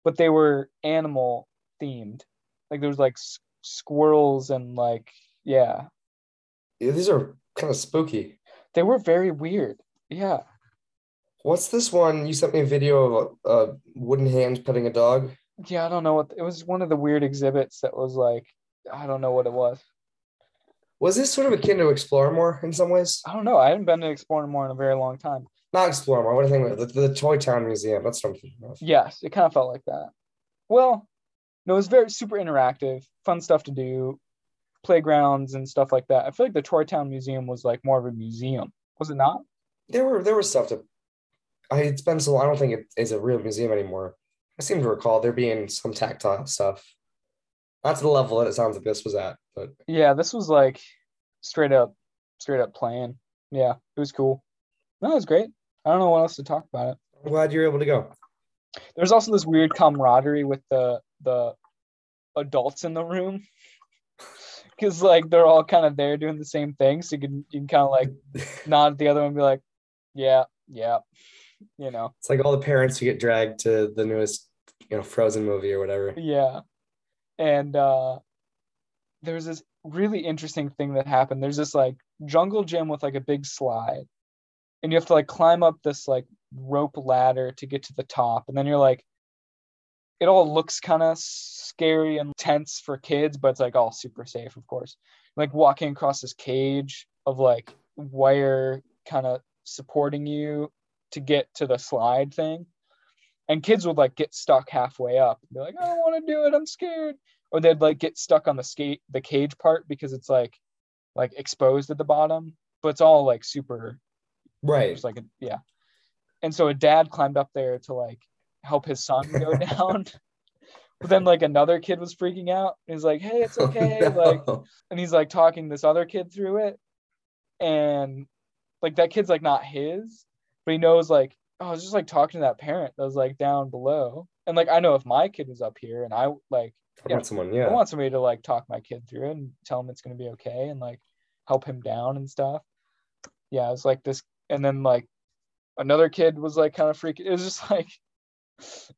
S1: but they were animal themed. Like there was like s- squirrels and like yeah,
S2: Yeah, these are kind of spooky.
S1: they were very weird. Yeah,
S2: What's this one? You sent me a video of a wooden hand petting a dog.
S1: yeah. I don't know what it was. One of the weird exhibits that was like I don't know what it was.
S2: Was this sort of akin to Exploremore in some ways?
S1: I don't know. I haven't been to Exploring More in a very long time.
S2: Not Exploremore. What am I thinking of? The, the Toy Town Museum. That's what I'm thinking of.
S1: Yes, it kind of felt like that. Well, no, it was very super interactive, fun stuff to do, playgrounds and stuff like that. I feel like the Troy Town Museum was like more of a museum, was it not?
S2: There were there was stuff to. I it's been so. long, I don't think it is a real museum anymore. I seem to recall there being some tactile stuff. Not to the level that it sounds like this was at, but
S1: Yeah, this was like straight up, straight up playing. Yeah, it was cool. No, it was great. I don't know what else to talk about it.
S2: I'm glad you're able to go.
S1: There's also this weird camaraderie with the the adults in the room. Cause like they're all kind of there doing the same thing. So you can you can kind of like nod at the other one and be like, yeah, yeah, you know,
S2: It's like all the parents who get dragged to the newest, you know, Frozen movie or whatever.
S1: yeah. And uh, there was this really interesting thing that happened. There's this like jungle gym with like a big slide, and you have to like climb up this like rope ladder to get to the top, and then you're like, it all looks kind of scary and tense for kids, but it's like all super safe, of course. Like walking across this cage of like wire kind of supporting you to get to the slide thing. And kids would like get stuck halfway up. and be like, I don't want to do it. I'm scared. Or they'd like get stuck on the skate, the cage part because it's like, like exposed at the bottom, but it's all like super
S2: Right.
S1: there's like a yeah. And so a dad climbed up there to like help his son go down. but then like another kid was freaking out. He's like, hey, it's okay.
S2: Oh,
S1: Like
S2: no.
S1: and he's like talking this other kid through it. And like that kid's like not his, but he knows like, oh, I was just like talking to that parent that was like down below. And like I know if my kid was up here and I like
S2: I
S1: yeah.
S2: want someone, yeah.
S1: I want somebody to like talk my kid through it and tell him it's gonna be okay and like help him down and stuff. Yeah, it was like this, and then like another kid was like kind of freaking. It was just like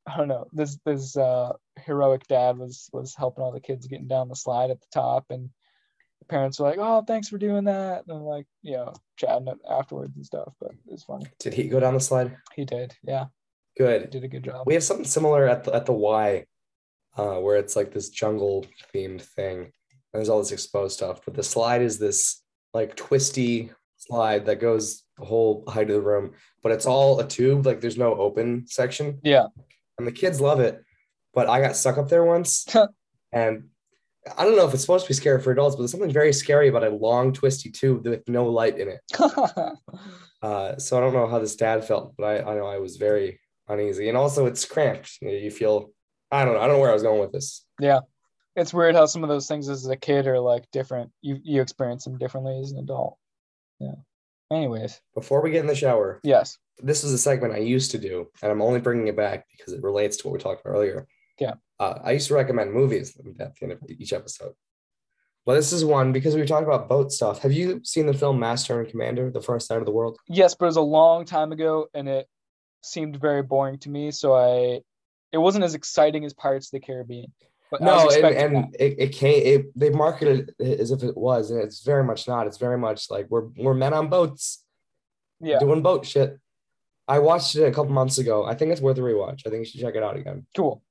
S1: I don't know. This this uh, heroic dad was was helping all the kids getting down the slide at the top, and parents were like, "Oh, thanks for doing that," and I'm like, you know, chatting afterwards and stuff. But it was funny.
S2: Did he go down the slide?
S1: He did. Yeah, he
S2: Good.
S1: did a good job.
S2: We have something similar at the at the Y, uh, where it's like this jungle themed thing. And there's all this exposed stuff, but the slide is this like twisty slide that goes the whole height of the room, but it's all a tube. Like there's no open section.
S1: Yeah.
S2: and the kids love it. But I got stuck up there once, and I don't know if it's supposed to be scary for adults, but there's something very scary about a long twisty tube with no light in it. Uh, so I don't know how this dad felt, but I, I know I was very uneasy, and also it's cramped. You, know, you feel I don't know. I don't know where I was going with this.
S1: it's weird how some of those things as a kid are like different. You you experience them differently as an adult. Yeah. Anyways,
S2: Before we get in the shower,
S1: yes.
S2: this was a segment I used to do, and I'm only bringing it back because it relates to what we talked about earlier.
S1: Yeah.
S2: Uh, I used to recommend movies at the end of each episode. Well, this is one because we talked about boat stuff. Have you seen the film Master and Commander, The First Night of the World?
S1: Yes, but it was a long time ago and it seemed very boring to me, so I it wasn't as exciting as Pirates of the Caribbean. But I
S2: No,
S1: was
S2: and,
S1: expecting that.
S2: and it, it came. It, they marketed it as if it was, and it's very much not. It's very much like we're we're men on boats
S1: yeah,
S2: doing boat shit. I watched it a couple months ago. I think it's worth a rewatch. I think you should check it out again.
S1: cool.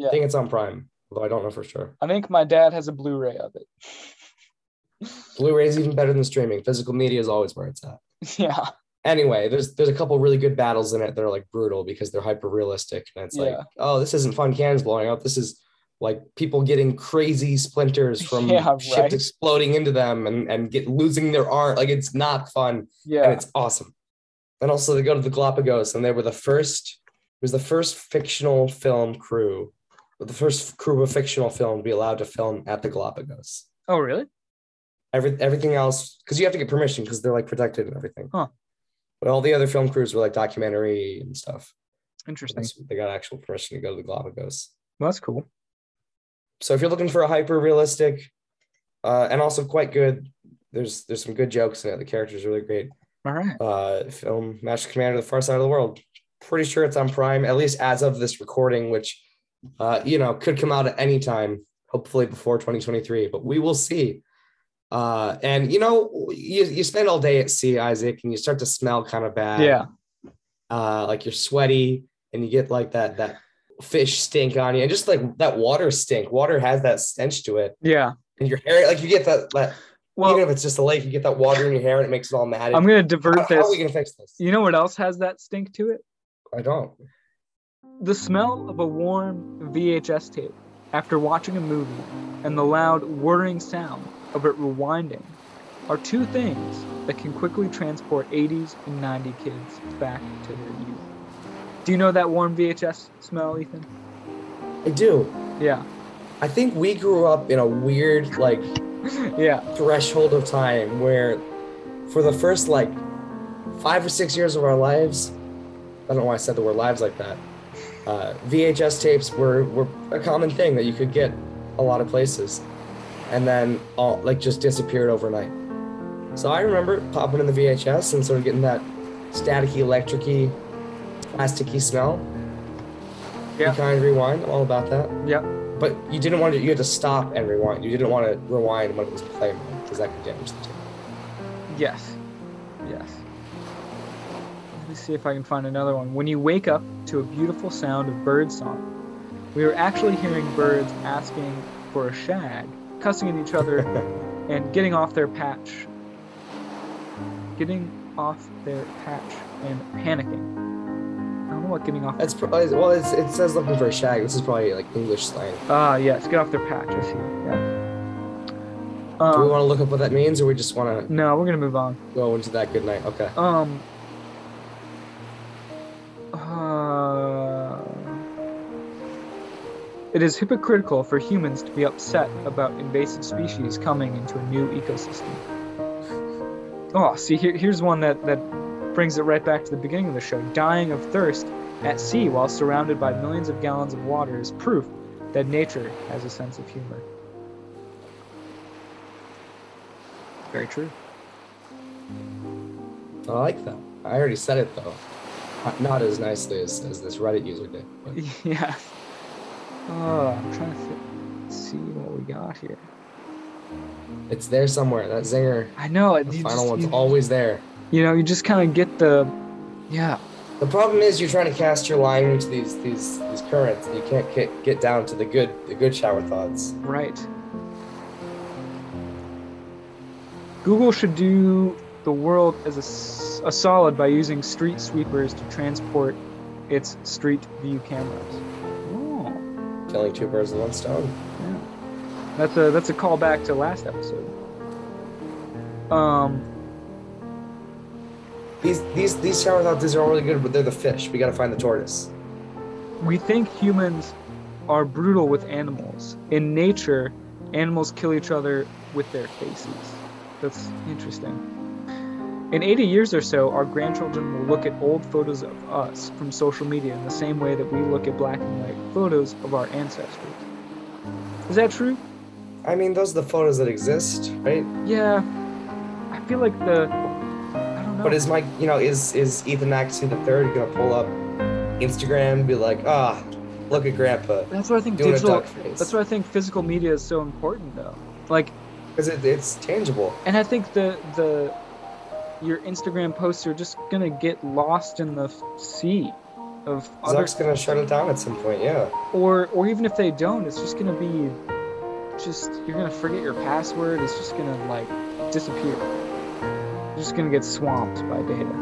S2: I think it's on Prime, although I don't know for sure.
S1: I think my dad has a Blu-ray of it.
S2: Blu-ray is even better than streaming. Physical media is always where it's at.
S1: yeah.
S2: Anyway, there's there's a couple really good battles in it that are like brutal because they're hyper realistic and it's like,
S1: Yeah.
S2: oh, this isn't fun cans blowing up. This is like people getting crazy splinters from
S1: Yeah,
S2: ships
S1: right.
S2: exploding into them and and get losing their arm. Like it's not fun and
S1: Yeah.
S2: it's awesome. And also they go to the Galapagos and they were the first it was the first fictional film crew, the first crew of fictional film to be allowed to film at the Galapagos
S1: Oh, really?
S2: every, everything else because you have to get permission because they're like protected and everything.
S1: Huh.
S2: But all the other film crews were like documentary and stuff.
S1: Interesting.
S2: So They got actual permission to go to the Galapagos.
S1: Well, that's cool.
S2: So if you're looking for a hyper realistic, uh, and also quite good, there's there's some good jokes in it. The characters are really great.
S1: All right.
S2: Uh, film Master Commander: The Far Side of the World. Pretty sure it's on Prime, at least as of this recording, which uh, you know could come out at any time. Hopefully before 2023, but we will see. Uh, and you know, you, you spend all day at sea, Isaac, and you start to smell kind of bad.
S1: Yeah.
S2: Uh, like you're sweaty, and you get like that that fish stink on you, and just like that water stink. Water has that stench to it,
S1: Yeah.
S2: and your hair, like you get that that.
S1: Well,
S2: even if it's just a lake, you get that water in your hair, and it makes it all matted.
S1: I'm gonna
S2: How-
S1: divert
S2: how are we
S1: this.
S2: gonna fix this?
S1: You know what else has that stink to it?
S2: I don't.
S1: The smell of a warm VHS tape after watching a movie and the loud whirring sound of it rewinding are two things that can quickly transport 80s and 90 kids back to their youth. Do you know that warm VHS smell, Ethan?
S2: I do.
S1: Yeah.
S2: I think we grew up in a weird like
S1: Yeah.
S2: threshold of time where for the first like five or six years of our lives, I don't know why I said the word lives like that. Uh, VHS tapes were, were a common thing that you could get a lot of places and then all like just disappeared overnight. So I remember popping in the VHS and sort of getting that staticky, electricy, plasticky smell.
S1: Yeah.
S2: Kind rewind. I'm all about that.
S1: Yep.
S2: But you didn't want to. You had to stop and rewind. You didn't want to rewind when it was playing because that could damage the tape.
S1: Yes. Yes. Let me see if I can find another one. When you wake up to a beautiful sound of bird song, we were actually hearing birds asking for a shag, cussing at each other, and getting off their patch. Getting off their patch and panicking. I don't know what getting off.
S2: That's probably well. It's, it says looking for a shag. This is probably like English slang.
S1: Ah, yes, get off their patch. I see. Yeah.
S2: Do we
S1: Um,
S2: want to look up what that means, or we just want to
S1: no, we're gonna move on.
S2: go into that good night? Okay.
S1: Um. Uh, it is hypocritical for humans to be upset about invasive species coming into a new ecosystem. Oh, see, here, here's one that, that brings it right back to the beginning of the show. Dying of thirst at sea while surrounded by millions of gallons of water is proof that nature has a sense of humor. Very true.
S2: I like that. I already said it though, Not- not as nicely as, as this Reddit user did. But
S1: Oh, yeah. Uh, I'm trying to thi- see what we got here.
S2: It's there somewhere. That zinger,
S1: I know.
S2: the
S1: you,
S2: final
S1: just,
S2: one's
S1: you,
S2: always there.
S1: you know, you just kind of get the, yeah,
S2: The problem is you're trying to cast your line into these these these currents, and you can't get get down to the good the good shower thoughts.
S1: right. Google should do the world as a, s- a solid by using street sweepers to transport its street view cameras. Oh,
S2: Killing two birds with one stone.
S1: that's a that's a callback to last episode. Um,
S2: These these these shower thoughts these are all really good, but they're the fish. We gotta find the tortoise.
S1: we think humans are brutal with animals. In nature, animals kill each other with their faces. That's interesting. In 80 years or so, our grandchildren will look at old photos of us from social media in the same way that we look at black and white photos of our ancestors. Is that true?
S2: I mean, those are the photos that exist, right?
S1: Yeah. I feel like the. I don't know.
S2: But is Mike, you know, is is Ethan Maxey the third gonna pull up Instagram and be like, ah, look at Grandpa
S1: that's what I think
S2: doing a
S1: digital.
S2: duck face?
S1: That's why I think physical media is so important, though. Like,
S2: Because it, it's tangible.
S1: and I think the the your Instagram posts are just gonna get lost in the f- sea of other,
S2: Zuck's gonna shut it down at some point. Yeah.
S1: or or even if they don't, it's just gonna be just you're gonna forget your password. It's just gonna like disappear. You're just gonna get swamped by data.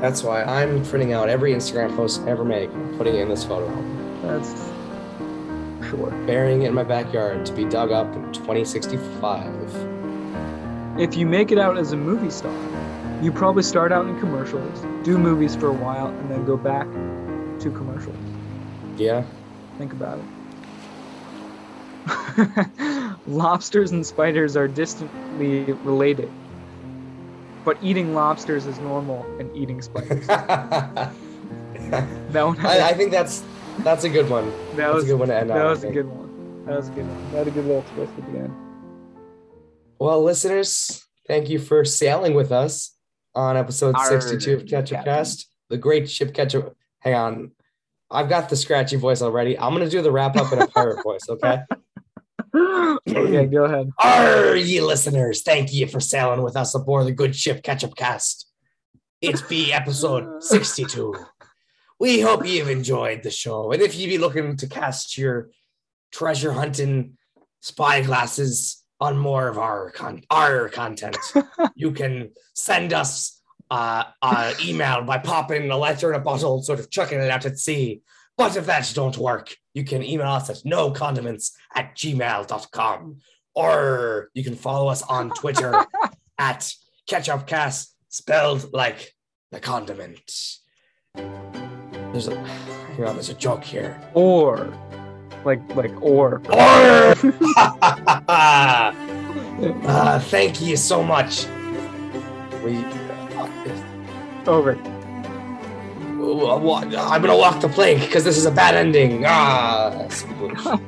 S2: That's why I'm printing out every Instagram post I ever make, and putting it in this photo album,
S1: That's sure.
S2: burying it in my backyard to be dug up in 2065.
S1: If you make it out as a movie star, you probably start out in commercials, do movies for a while, and then go back to commercials.
S2: Yeah.
S1: Think about it. lobsters and spiders are distantly related, but eating lobsters is normal and eating spiders.
S2: I,
S1: That one,
S2: I think that's that's a good one.
S1: that
S2: That's
S1: was
S2: a good one to end on.
S1: that
S2: I
S1: was a
S2: think.
S1: good one. That was a good one. That had a good little twist at the end.
S2: Well, listeners, thank you for sailing with us on episode
S1: Arr,
S2: 62 of Ketchup
S1: Captain.
S2: Cast, the great ship Ketchup. Hang on. I've got the scratchy voice already. I'm going to do the wrap up in a pirate voice, okay?
S1: okay, go ahead.
S2: Arr, ye listeners, thank you for sailing with us aboard the good ship Ketchup Cast. It's be episode 62. We hope you've enjoyed the show. And if you be looking to cast your treasure hunting spy glasses on more of our, con- our content, you can send us uh, uh, email by popping a letter in a bottle and sort of chucking it out at sea. But if that don't work, you can email us at no condiments at gmail.com or you can follow us on Twitter at KetchupCast, spelled like the condiment. There's a hang on, there's a joke here.
S1: Or, like, like, or.
S2: Or uh, thank you so much. We, uh,
S1: Over.
S2: uh, I'm gonna walk the plank because this is a bad ending. Ah,